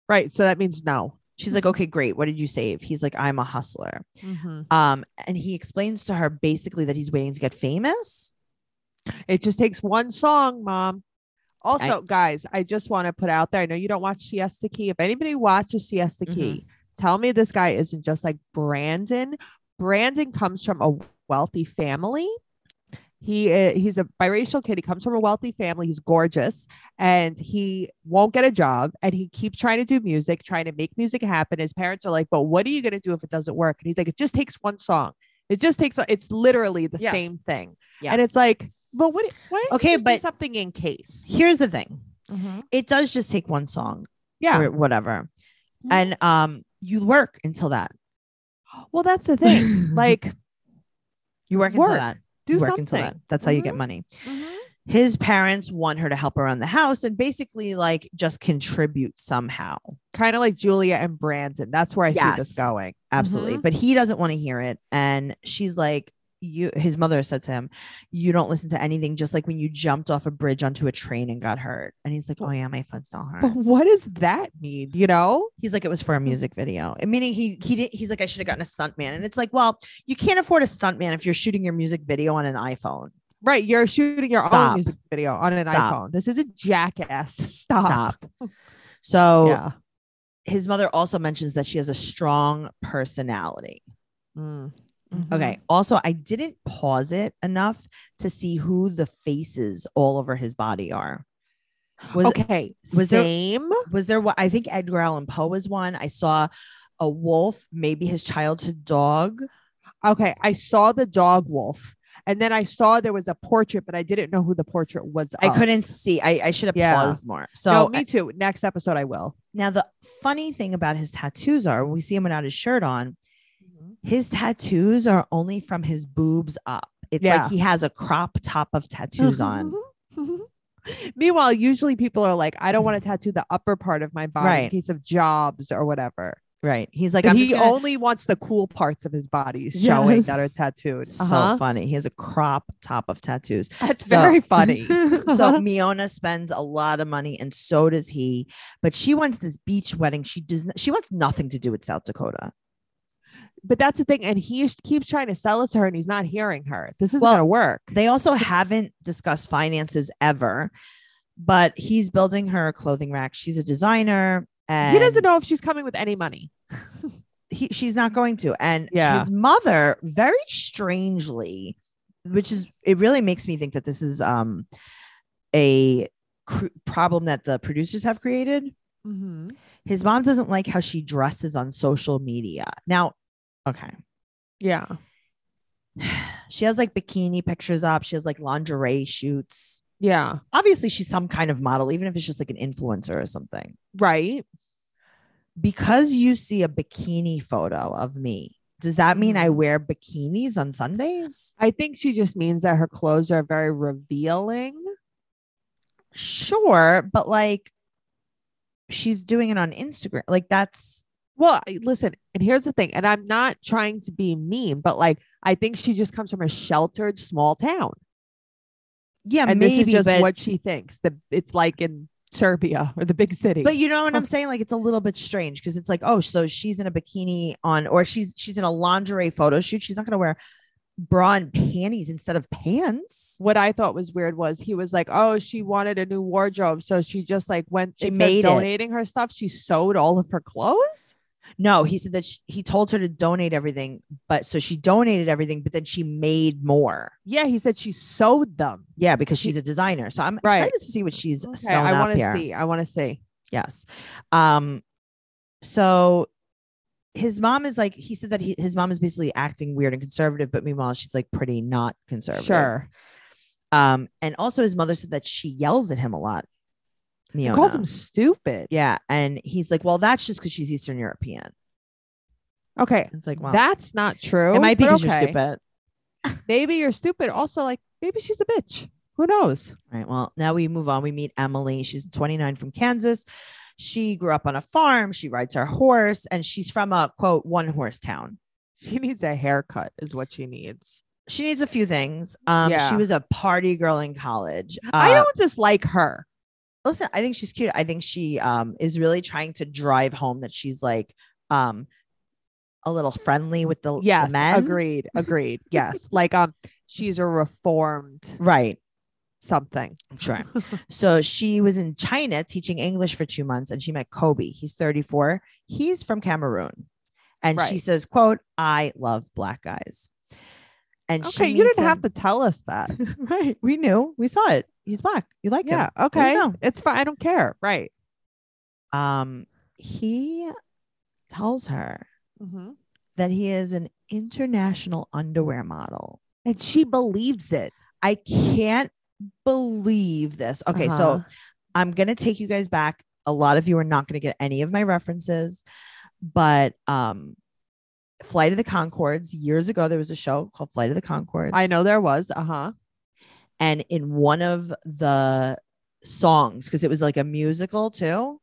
Speaker 3: Right. So that means no.
Speaker 2: She's like, "Okay, great. What did you save?" He's like, "I'm a hustler."
Speaker 3: Mm-hmm.
Speaker 2: Um, and he explains to her basically that he's waiting to get famous.
Speaker 3: It just takes one song, mom. Also, guys, I just want to put out there. I know you don't watch Siesta Key. If anybody watches Siesta
Speaker 2: Mhm.
Speaker 3: Key, tell me this guy isn't just like Brandon. Brandon comes from a wealthy family. He i- he's a biracial kid. He comes from a wealthy family. He's gorgeous, and he won't get a job. And he keeps trying to do music, trying to make music happen. His parents are like, "But what are you going to do if it doesn't work?" And he's like, "It just takes one song. It just takes. one- It's literally the
Speaker 2: Yeah.
Speaker 3: same thing."
Speaker 2: Yeah.
Speaker 3: And it's like, "But what? Why don't you
Speaker 2: Okay,
Speaker 3: just do
Speaker 2: but-
Speaker 3: something in case."
Speaker 2: Here's the thing: it does just take one song
Speaker 3: Mm-hmm. Yeah.
Speaker 2: or whatever,
Speaker 3: Mhm.
Speaker 2: and um, you work until that.
Speaker 3: Well, that's the thing. like,
Speaker 2: you work,
Speaker 3: work.
Speaker 2: until that.
Speaker 3: do
Speaker 2: You work
Speaker 3: something.
Speaker 2: until that. That's how you get
Speaker 3: Mhm.
Speaker 2: money.
Speaker 3: Mhm.
Speaker 2: his parents want her to help around the house and basically like just contribute somehow.
Speaker 3: Kind of like Julia and Brandon. That's where I see
Speaker 2: Yes.
Speaker 3: this going.
Speaker 2: Absolutely.
Speaker 3: Mhm.
Speaker 2: But he doesn't want to hear it. And she's like, you his mother said to him, You don't listen to anything, just like when you jumped off a bridge onto a train and got hurt. And he's like, Oh yeah, my foot's not hurt.
Speaker 3: But Mm-hmm. what does that mean? You know?
Speaker 2: He's like, it was for a music video. And meaning he he did he's like, I should have gotten a stunt man. And it's like, well, you can't afford a stunt man if you're shooting your music video on an iPhone.
Speaker 3: Right. You're shooting your own
Speaker 2: Stop.
Speaker 3: music video on an
Speaker 2: Stop.
Speaker 3: iPhone. This is a jackass. Stop.
Speaker 2: So
Speaker 3: Yeah.
Speaker 2: his mother also mentions that she has a strong personality.
Speaker 3: Mm. Mhm.
Speaker 2: Okay. Also, I didn't pause it enough to see who the faces all over his body are. Was
Speaker 3: okay.
Speaker 2: was there-
Speaker 3: Same.
Speaker 2: was there what I think Edgar Allan Poe was one. I saw a wolf, maybe his childhood dog.
Speaker 3: okay. I saw the dog wolf. And then I saw there was a portrait, but I didn't know who the portrait was.
Speaker 2: I
Speaker 3: of.
Speaker 2: couldn't see. I, I should have
Speaker 3: Oh. Yeah.
Speaker 2: paused more. So
Speaker 3: No, me too. Next episode, I will.
Speaker 2: now the funny thing about his tattoos are when we see him without his shirt on, his tattoos are only from his boobs up. It's
Speaker 3: Yeah.
Speaker 2: like he has a crop top of tattoos on.
Speaker 3: Meanwhile, usually people are like, I don't want to tattoo the upper part of my body in
Speaker 2: Right.
Speaker 3: case of jobs or whatever.
Speaker 2: Right. He's like,
Speaker 3: Mm-hmm. But
Speaker 2: I'm
Speaker 3: he
Speaker 2: just gonna-
Speaker 3: only wants the cool parts of his body showing that are
Speaker 2: Yes.
Speaker 3: tattooed.
Speaker 2: so
Speaker 3: Uh-huh.
Speaker 2: funny. He has a crop top of tattoos.
Speaker 3: That's
Speaker 2: So-
Speaker 3: very funny. Uh-huh.
Speaker 2: so Miona spends a lot of money, and so does he. But she wants this beach wedding. She does. She wants nothing to do with South Dakota.
Speaker 3: but that's the thing. And he is- keeps trying to sell it to her and he's not hearing her. This isn't
Speaker 2: Well,
Speaker 3: going to work.
Speaker 2: They also haven't discussed finances ever. But he's building her a clothing rack. She's a designer, and
Speaker 3: he doesn't know if she's coming with any money.
Speaker 2: he- she's not going to. And
Speaker 3: Yeah.
Speaker 2: his mother, very strangely, which is it really makes me think that this is um a cr- problem that the producers have created.
Speaker 3: Mm-hmm.
Speaker 2: his mom doesn't like how she dresses on social media. Now, okay.
Speaker 3: Yeah.
Speaker 2: She has like bikini pictures up. She has like lingerie shoots.
Speaker 3: Yeah.
Speaker 2: Obviously, she's some kind of model, even if it's just like an influencer or something.
Speaker 3: Right.
Speaker 2: Because you see a bikini photo of me Does that mean I
Speaker 3: Mhm.
Speaker 2: wear bikinis on Sundays?
Speaker 3: I think she just means that her clothes are very revealing.
Speaker 2: Sure, but like she's doing it on Instagram. Like that's
Speaker 3: Well, I- listen, and here's the thing, and I'm not trying to be mean, but like I think she just comes from a sheltered small town,
Speaker 2: yeah,
Speaker 3: and
Speaker 2: Uh, maybe
Speaker 3: this is just
Speaker 2: but,
Speaker 3: what she thinks that it's like in Serbia or the big city.
Speaker 2: but you know what I'm saying? Like it's a little bit strange because it's like, oh, so she's in a bikini on or she's she's in a lingerie photo shoot. She's not gonna wear bra and panties instead of pants.
Speaker 3: what I thought was weird was he was like, "Oh, she wanted a new wardrobe, so she just like went.
Speaker 2: She
Speaker 3: She
Speaker 2: made it.
Speaker 3: made donating her stuff. She sewed all of her clothes.
Speaker 2: No, he said that she, he told her to donate everything, but so she donated everything, but then she made more.
Speaker 3: Yeah, he said she sewed them.
Speaker 2: Yeah, because she's a designer. So I'm
Speaker 3: Right.
Speaker 2: excited to see what she's
Speaker 3: Okay,
Speaker 2: sewn
Speaker 3: I
Speaker 2: up
Speaker 3: want to
Speaker 2: here.
Speaker 3: see. I want to see.
Speaker 2: Yes. Um, so his mom is like, he said that he, his mom is basically acting weird and conservative, but meanwhile, she's like pretty not conservative.
Speaker 3: Sure.
Speaker 2: Um, and also his mother said that she yells at him a lot.
Speaker 3: He
Speaker 2: Miona.
Speaker 3: calls him stupid.
Speaker 2: Yeah. And he's like, well, that's just because she's Eastern European.
Speaker 3: Okay,
Speaker 2: It's like, well,
Speaker 3: that's not true.
Speaker 2: it might be
Speaker 3: but
Speaker 2: because you're
Speaker 3: okay.
Speaker 2: stupid.
Speaker 3: Maybe you're stupid. Also, like maybe she's a bitch. Who knows?
Speaker 2: All right. Well, now we move on. We meet Emily. She's 29 from Kansas. She grew up on a farm. She rides her horse and she's from a quote, one horse town.
Speaker 3: She needs a haircut, is what she needs.
Speaker 2: she needs a few things. Um, she
Speaker 3: Yeah.
Speaker 2: was a party girl in college. Uh,
Speaker 3: I don't dislike her.
Speaker 2: listen. I think she's cute. I think she um is really trying to drive home that she's like um a little friendly with the, the
Speaker 3: Yes,
Speaker 2: men.
Speaker 3: agreed, agreed. yes, like um, she's a reformed
Speaker 2: Right.
Speaker 3: something.
Speaker 2: Sure. so she was in China teaching English for two months, and she met Kobe. He's 34. He's from Cameroon, and she
Speaker 3: Right.
Speaker 2: says, "quote I love black guys." And
Speaker 3: Okay,
Speaker 2: she
Speaker 3: you
Speaker 2: meets
Speaker 3: didn't have
Speaker 2: him-
Speaker 3: to tell us that.
Speaker 2: right. We knew. We saw it. He's black. You like him.
Speaker 3: yeah,
Speaker 2: There
Speaker 3: okay.
Speaker 2: you go.
Speaker 3: It's fine. I don't care. Right.
Speaker 2: um, he tells her Mm-hmm. that he is an international underwear model.
Speaker 3: And she believes it.
Speaker 2: I can't believe this. Okay, so
Speaker 3: Uh-huh.
Speaker 2: I'm going to take you guys back. A lot of you are not going to get any of my references, but um Flight of the Concords years ago there was a show called Flight of the Concords.
Speaker 3: I know there was. Uh huh.
Speaker 2: And in one of the songs cuz it was like a musical too.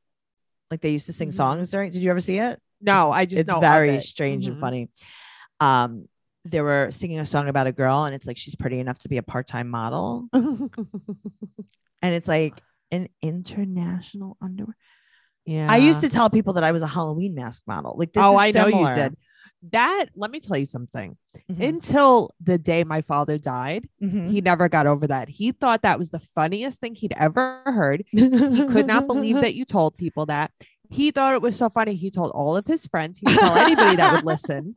Speaker 2: Like they used to sing
Speaker 3: Mhm.
Speaker 2: songs during Did you ever see it?
Speaker 3: No, I just
Speaker 2: it's
Speaker 3: know. of
Speaker 2: very
Speaker 3: it.
Speaker 2: strange
Speaker 3: Mhm.
Speaker 2: and funny. Um, they were singing a song about a girl, and it's like she's pretty enough to be a part-time model,
Speaker 3: Mm-hmm.
Speaker 2: and it's like an international underwear.
Speaker 3: yeah.
Speaker 2: I used to tell people that I was a Halloween mask model. Like this.
Speaker 3: oh,
Speaker 2: is
Speaker 3: I know
Speaker 2: similar.
Speaker 3: you did. That, let me tell you something.
Speaker 2: Mhm,
Speaker 3: Until the day my father died,
Speaker 2: mhm.
Speaker 3: he never got over that. He thought that was the funniest thing he'd ever heard. He could not believe that you told people that. He thought it was so funny. He told all of his friends. He would tell anybody that would listen.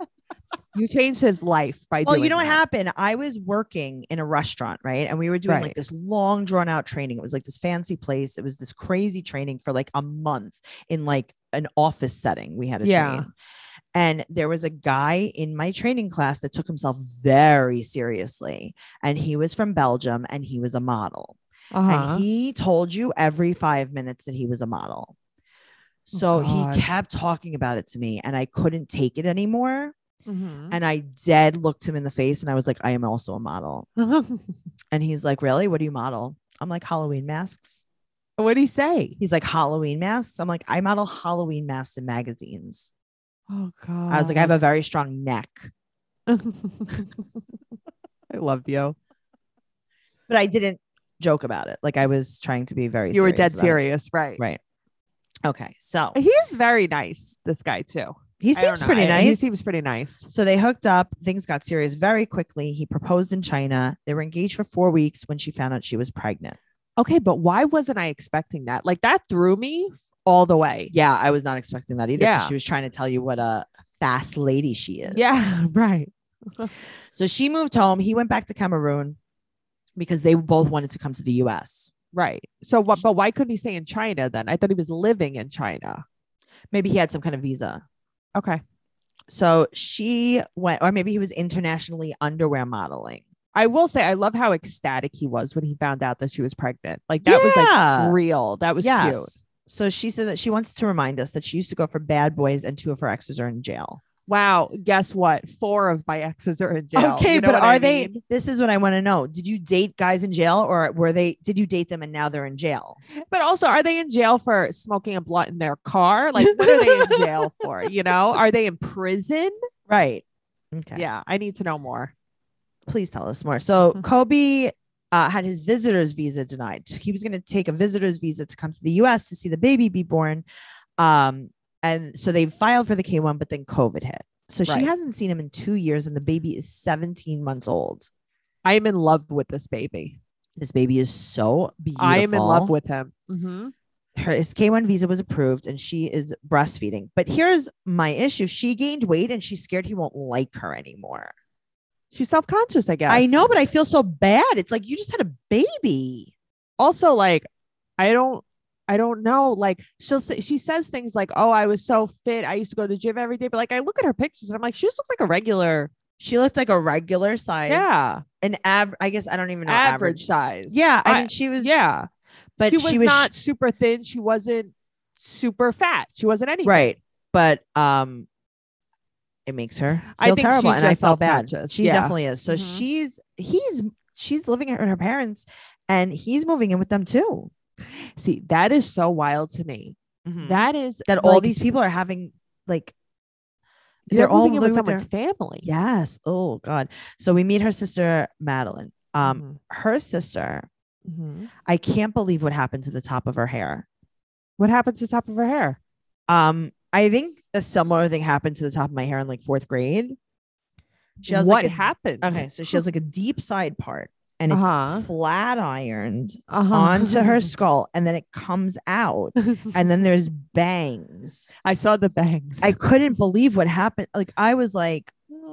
Speaker 3: You changed his life by
Speaker 2: Well,
Speaker 3: doing.
Speaker 2: you know what
Speaker 3: that.
Speaker 2: happened? I was working in a restaurant, right? And we were doing like
Speaker 3: Right.
Speaker 2: this long, drawn out training. It was like this fancy place. It was this crazy training for like a month in like an office setting. We had a
Speaker 3: Yeah.
Speaker 2: train. And there was a guy in my training class that took himself very seriously. And he was from Belgium and he was a model.
Speaker 3: Uh-huh.
Speaker 2: And he told you every five minutes that he was a model.
Speaker 3: Oh,
Speaker 2: So
Speaker 3: God.
Speaker 2: he kept talking about it to me and I couldn't take it anymore.
Speaker 3: Mhm.
Speaker 2: And I dead looked him in the face and I was like, I am also a model.
Speaker 3: Mm-hmm.
Speaker 2: And he's like, Really? What do you model? I'm like, Halloween masks.
Speaker 3: what did he say?
Speaker 2: He's like, Halloween masks. I'm like, I model Halloween masks in magazines.
Speaker 3: Oh God!
Speaker 2: I was like, I have a very strong neck.
Speaker 3: I love you.
Speaker 2: But I didn't joke about it. Like I was trying to be very
Speaker 3: You were dead
Speaker 2: about it.
Speaker 3: serious, right?
Speaker 2: Right. Okay. So
Speaker 3: He's very nice. This guy too.
Speaker 2: he
Speaker 3: I don't
Speaker 2: seems
Speaker 3: know.
Speaker 2: pretty
Speaker 3: I- He
Speaker 2: nice.
Speaker 3: seems pretty nice.
Speaker 2: So they hooked up. Things got serious very quickly. He proposed in China. They were engaged for four weeks when she found out she was pregnant.
Speaker 3: Okay, but why wasn't I expecting that? Like that threw me all the way.
Speaker 2: Yeah, I was not expecting that either. 'cause
Speaker 3: Yeah.
Speaker 2: She was trying to tell you what a fast lady she is.
Speaker 3: Yeah, right.
Speaker 2: So she moved home. He went back to Cameroon because they both wanted to come to the US.
Speaker 3: Right. So what but why couldn't he stay in China then? I thought he was living in China.
Speaker 2: Maybe he had some kind of visa.
Speaker 3: Okay.
Speaker 2: So she went, or maybe he was internationally underwear modeling.
Speaker 3: I will say I love how ecstatic he was when he found out that she was pregnant. Like that was
Speaker 2: Yeah.
Speaker 3: like real. That was cute.
Speaker 2: So she said that she wants to remind us that she used to go for bad boys and two of her exes are in jail.
Speaker 3: wow, guess what? Four of my exes are in jail.
Speaker 2: Okay,
Speaker 3: You know
Speaker 2: but
Speaker 3: what
Speaker 2: are
Speaker 3: I
Speaker 2: they?
Speaker 3: mean?
Speaker 2: This is what I want to know. Did you date guys in jail, or were they? Did you date them and now they're in jail?
Speaker 3: But also, are they in jail for smoking a blunt in their car? Like, what are they in jail for? You know, are they in prison?
Speaker 2: Right. Okay.
Speaker 3: Yeah, I need to know more.
Speaker 2: Please tell us more. So
Speaker 3: Mhm.
Speaker 2: Kobe uh, had his visitor's visa denied. He was going to take a visitor's visa to come to the U.S. to see the baby be born, um, and so they filed for the K one, but then COVID hit. So she
Speaker 3: Right.
Speaker 2: hasn't seen him in two years, and the baby is 17 months old.
Speaker 3: I am in love with this baby.
Speaker 2: This baby is so beautiful.
Speaker 3: I am in love with him. Mhm.
Speaker 2: her his K1 visa was approved and she is breastfeeding. But here's my issue. She gained weight and she's scared he won't like her anymore.
Speaker 3: She's self conscious, I guess.
Speaker 2: I know, but I feel so bad. It's like you just had a baby.
Speaker 3: also like i don't i don't know like she'll say she says things like oh i was so fit i used to go to the gym every day but like i look at her pictures and i'm like she just looks like a regular
Speaker 2: She looked like a regular size.
Speaker 3: yeah
Speaker 2: An average I guess I don't even know
Speaker 3: average,
Speaker 2: average.
Speaker 3: size
Speaker 2: Yeah. I,
Speaker 3: I-
Speaker 2: mean she was
Speaker 3: yeah
Speaker 2: but
Speaker 3: she was, not super thin she wasn't super fat she wasn't anything
Speaker 2: right. But um it makes her feel
Speaker 3: I think
Speaker 2: terrible
Speaker 3: she's
Speaker 2: and I
Speaker 3: just
Speaker 2: felt bad.
Speaker 3: self-conscious.
Speaker 2: She
Speaker 3: Yeah.
Speaker 2: definitely is. So
Speaker 3: Mhm.
Speaker 2: she's he's she's living at her parents and he's moving in with them too.
Speaker 3: see that is so wild to me
Speaker 2: Hmm.
Speaker 3: that is
Speaker 2: that all
Speaker 3: like,
Speaker 2: these people are having like
Speaker 3: they're,
Speaker 2: they're all
Speaker 3: moving in with
Speaker 2: living with
Speaker 3: someone's family
Speaker 2: yes oh god so we meet her sister madeline um
Speaker 3: Mhm.
Speaker 2: her sister
Speaker 3: Mhm.
Speaker 2: i can't believe what happened to the top of her hair
Speaker 3: what happened to the top of her hair
Speaker 2: um i think a similar thing happened to the top of my hair in like fourth grade she has
Speaker 3: what
Speaker 2: like a-
Speaker 3: happened
Speaker 2: okay so she has like a deep side part and it's
Speaker 3: Uh-huh.
Speaker 2: flat ironed
Speaker 3: uh-huh.
Speaker 2: onto her skull and then it comes out and then there's bangs
Speaker 3: i saw the bangs
Speaker 2: i couldn't believe what happened like i was like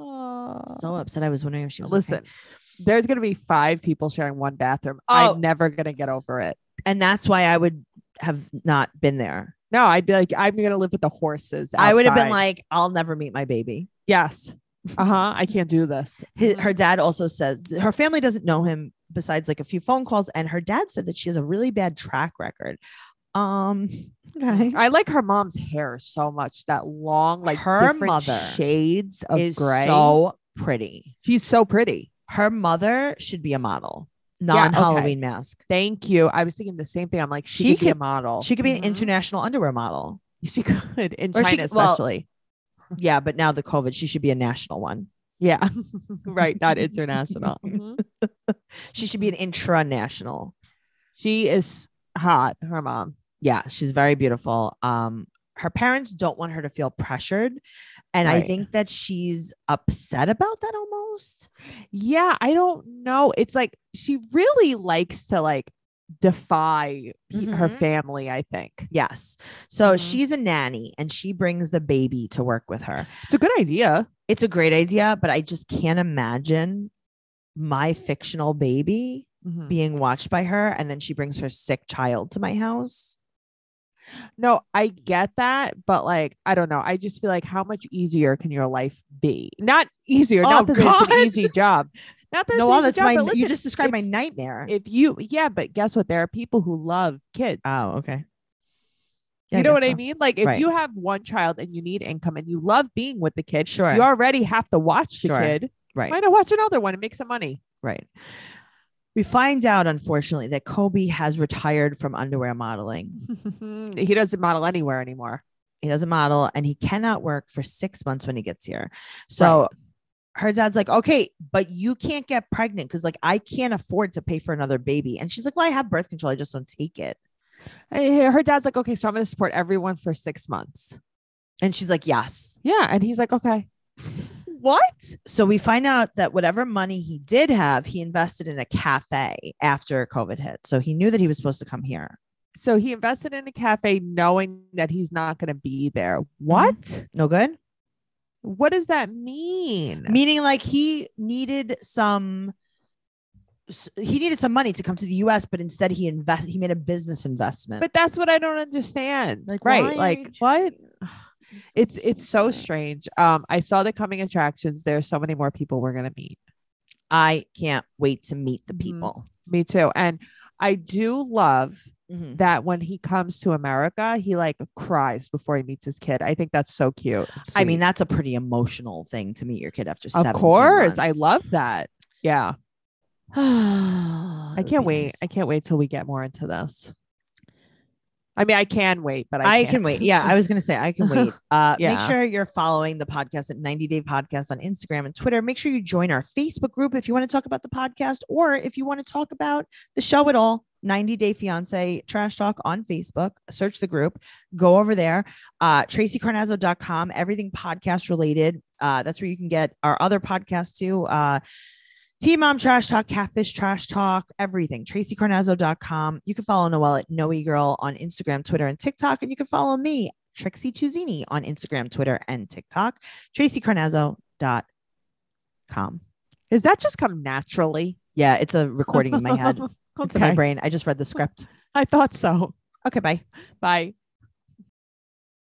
Speaker 3: Oh.
Speaker 2: so upset. I was wondering if she was okay.
Speaker 3: Listen, there's gonna be five people sharing one bathroom.
Speaker 2: Oh.
Speaker 3: I'm never gonna get over it.
Speaker 2: And that's why I would have not been there.
Speaker 3: No, I'd be like, I'm gonna live with the horses.
Speaker 2: I would have been
Speaker 3: outside.
Speaker 2: like, I'll never meet my baby.
Speaker 3: yes, uh huh. I can't do this.
Speaker 2: Hi- her dad also says her family doesn't know him besides like a few phone calls. And her dad said that she has a really bad track record. Um, okay.
Speaker 3: I like her mom's hair so much. That long, like
Speaker 2: Her
Speaker 3: different
Speaker 2: mother
Speaker 3: shades of
Speaker 2: is
Speaker 3: gray.
Speaker 2: so pretty.
Speaker 3: She's so pretty.
Speaker 2: Her mother should be a model,
Speaker 3: Yeah, okay.
Speaker 2: non Halloween mask.
Speaker 3: Thank you. I was thinking the same thing. I'm like, she,
Speaker 2: She
Speaker 3: could, be a
Speaker 2: could-
Speaker 3: model.
Speaker 2: She could be
Speaker 3: Mhm.
Speaker 2: an international underwear model.
Speaker 3: She could in
Speaker 2: Or
Speaker 3: China,
Speaker 2: she could- well-
Speaker 3: especially.
Speaker 2: Yeah, but now the COVID, she should be a national one.
Speaker 3: yeah, right. Not international.
Speaker 2: Mm-hmm.
Speaker 3: Mhm.
Speaker 2: She should be an intranational.
Speaker 3: She is hot. Her mom.
Speaker 2: yeah, she's very beautiful. Um, her parents don't want her to feel pressured, and I
Speaker 3: Right.
Speaker 2: think that she's upset about that almost.
Speaker 3: Yeah, I don't know. It's like she really likes to like defy he- her
Speaker 2: Mhm.
Speaker 3: family, I think.
Speaker 2: Yes, so
Speaker 3: Mhm.
Speaker 2: she's a nanny, and she brings the baby to work with her.
Speaker 3: It's a good idea.
Speaker 2: It's a great idea, but I just can't imagine my fictional baby
Speaker 3: Mm-hmm.
Speaker 2: being watched by her, and then she brings her sick child to my house.
Speaker 3: No, I get that, but like I don't know. I just feel like how much easier can your life be? Not easier,
Speaker 2: Oh,
Speaker 3: not that it's
Speaker 2: God.
Speaker 3: an easy job. Not that
Speaker 2: no,
Speaker 3: it's an
Speaker 2: well,
Speaker 3: easy
Speaker 2: that's
Speaker 3: job,
Speaker 2: my.
Speaker 3: but listen,
Speaker 2: you just described
Speaker 3: if-
Speaker 2: my nightmare.
Speaker 3: if you yeah, but guess what? There are people who love kids.
Speaker 2: oh, okay. Yeah,
Speaker 3: you know
Speaker 2: guess
Speaker 3: what I
Speaker 2: so.
Speaker 3: mean? Like if
Speaker 2: Right.
Speaker 3: you have one child and you need income and you love being with the kid,
Speaker 2: Sure.
Speaker 3: you already have to watch the
Speaker 2: Sure.
Speaker 3: kid.
Speaker 2: Right.
Speaker 3: Why not watch another one and make some money?
Speaker 2: Right. We find out, unfortunately, that Kobe has retired from underwear modeling.
Speaker 3: he doesn't model anywhere anymore.
Speaker 2: He doesn't model and he cannot work for six months when he gets here. So her dad's like, okay, but you can't get pregnant because, like, I can't afford to pay for another baby. And she's like, well, I have birth control. I just don't take it.
Speaker 3: Eh, Her dad's like, okay, so I'm going to support everyone for six months.
Speaker 2: And she's like, yes.
Speaker 3: Yeah. And he's like, okay. what?
Speaker 2: So we find out that whatever money he did have, he invested in a cafe after COVID hit. So he knew that he was supposed to come here.
Speaker 3: So he invested in a cafe knowing that he's not going to be there.
Speaker 2: Mm-hmm.
Speaker 3: What?
Speaker 2: No good?
Speaker 3: What does that mean?
Speaker 2: meaning like he needed some s- he needed some money to come to the US but instead he invest he made a business investment
Speaker 3: but that's what I don't understand.
Speaker 2: Like, why
Speaker 3: right.
Speaker 2: are
Speaker 3: Like,
Speaker 2: you
Speaker 3: what? It's
Speaker 2: so
Speaker 3: it's so
Speaker 2: sad.
Speaker 3: strange. Um, I saw the coming attractions. There's so many more people we're gonna meet.
Speaker 2: I can't wait to meet the
Speaker 3: Mhm.
Speaker 2: people
Speaker 3: Me too. And I do love
Speaker 2: Mhm.
Speaker 3: that when he comes to America, he like cries before he meets his kid. I think that's so cute. and
Speaker 2: I mean,
Speaker 3: sweet.
Speaker 2: that's a pretty emotional thing to meet your kid after.
Speaker 3: of
Speaker 2: 17
Speaker 3: course, I
Speaker 2: months.
Speaker 3: love that. Yeah,
Speaker 2: I
Speaker 3: I can't wait. I can't wait till we get more into this. I mean, I can wait, but I,
Speaker 2: I, can
Speaker 3: can't.
Speaker 2: wait. Yeah, I was gonna say I can wait. Uh, Make
Speaker 3: Yeah.
Speaker 2: sure you're following the podcast at 90 Day Podcast on Instagram and Twitter. Make sure you join our Facebook group if you want to talk about the podcast or if you want to talk about the show at all. 90 Day Fiance Trash Talk on Facebook. Search the group. Go over there. Uh, TracyCarnazzo.com. Everything podcast related. Uh, that's where you can get our other podcast too. Uh, T Mom Trash Talk, Catfish Trash Talk, everything. TracyCarnazzo.com. You can follow Noelle at Noe Girl on Instagram, Twitter, and TikTok. And you can follow me, Trixie Chuzini, on Instagram, Twitter, and TikTok. TracyCarnazzo.com.
Speaker 3: Is that just come naturally?
Speaker 2: Yeah, it's a recording in my head. It's in my
Speaker 3: okay,
Speaker 2: brain. I just read the script.
Speaker 3: I thought so.
Speaker 2: Okay, bye.
Speaker 3: Bye.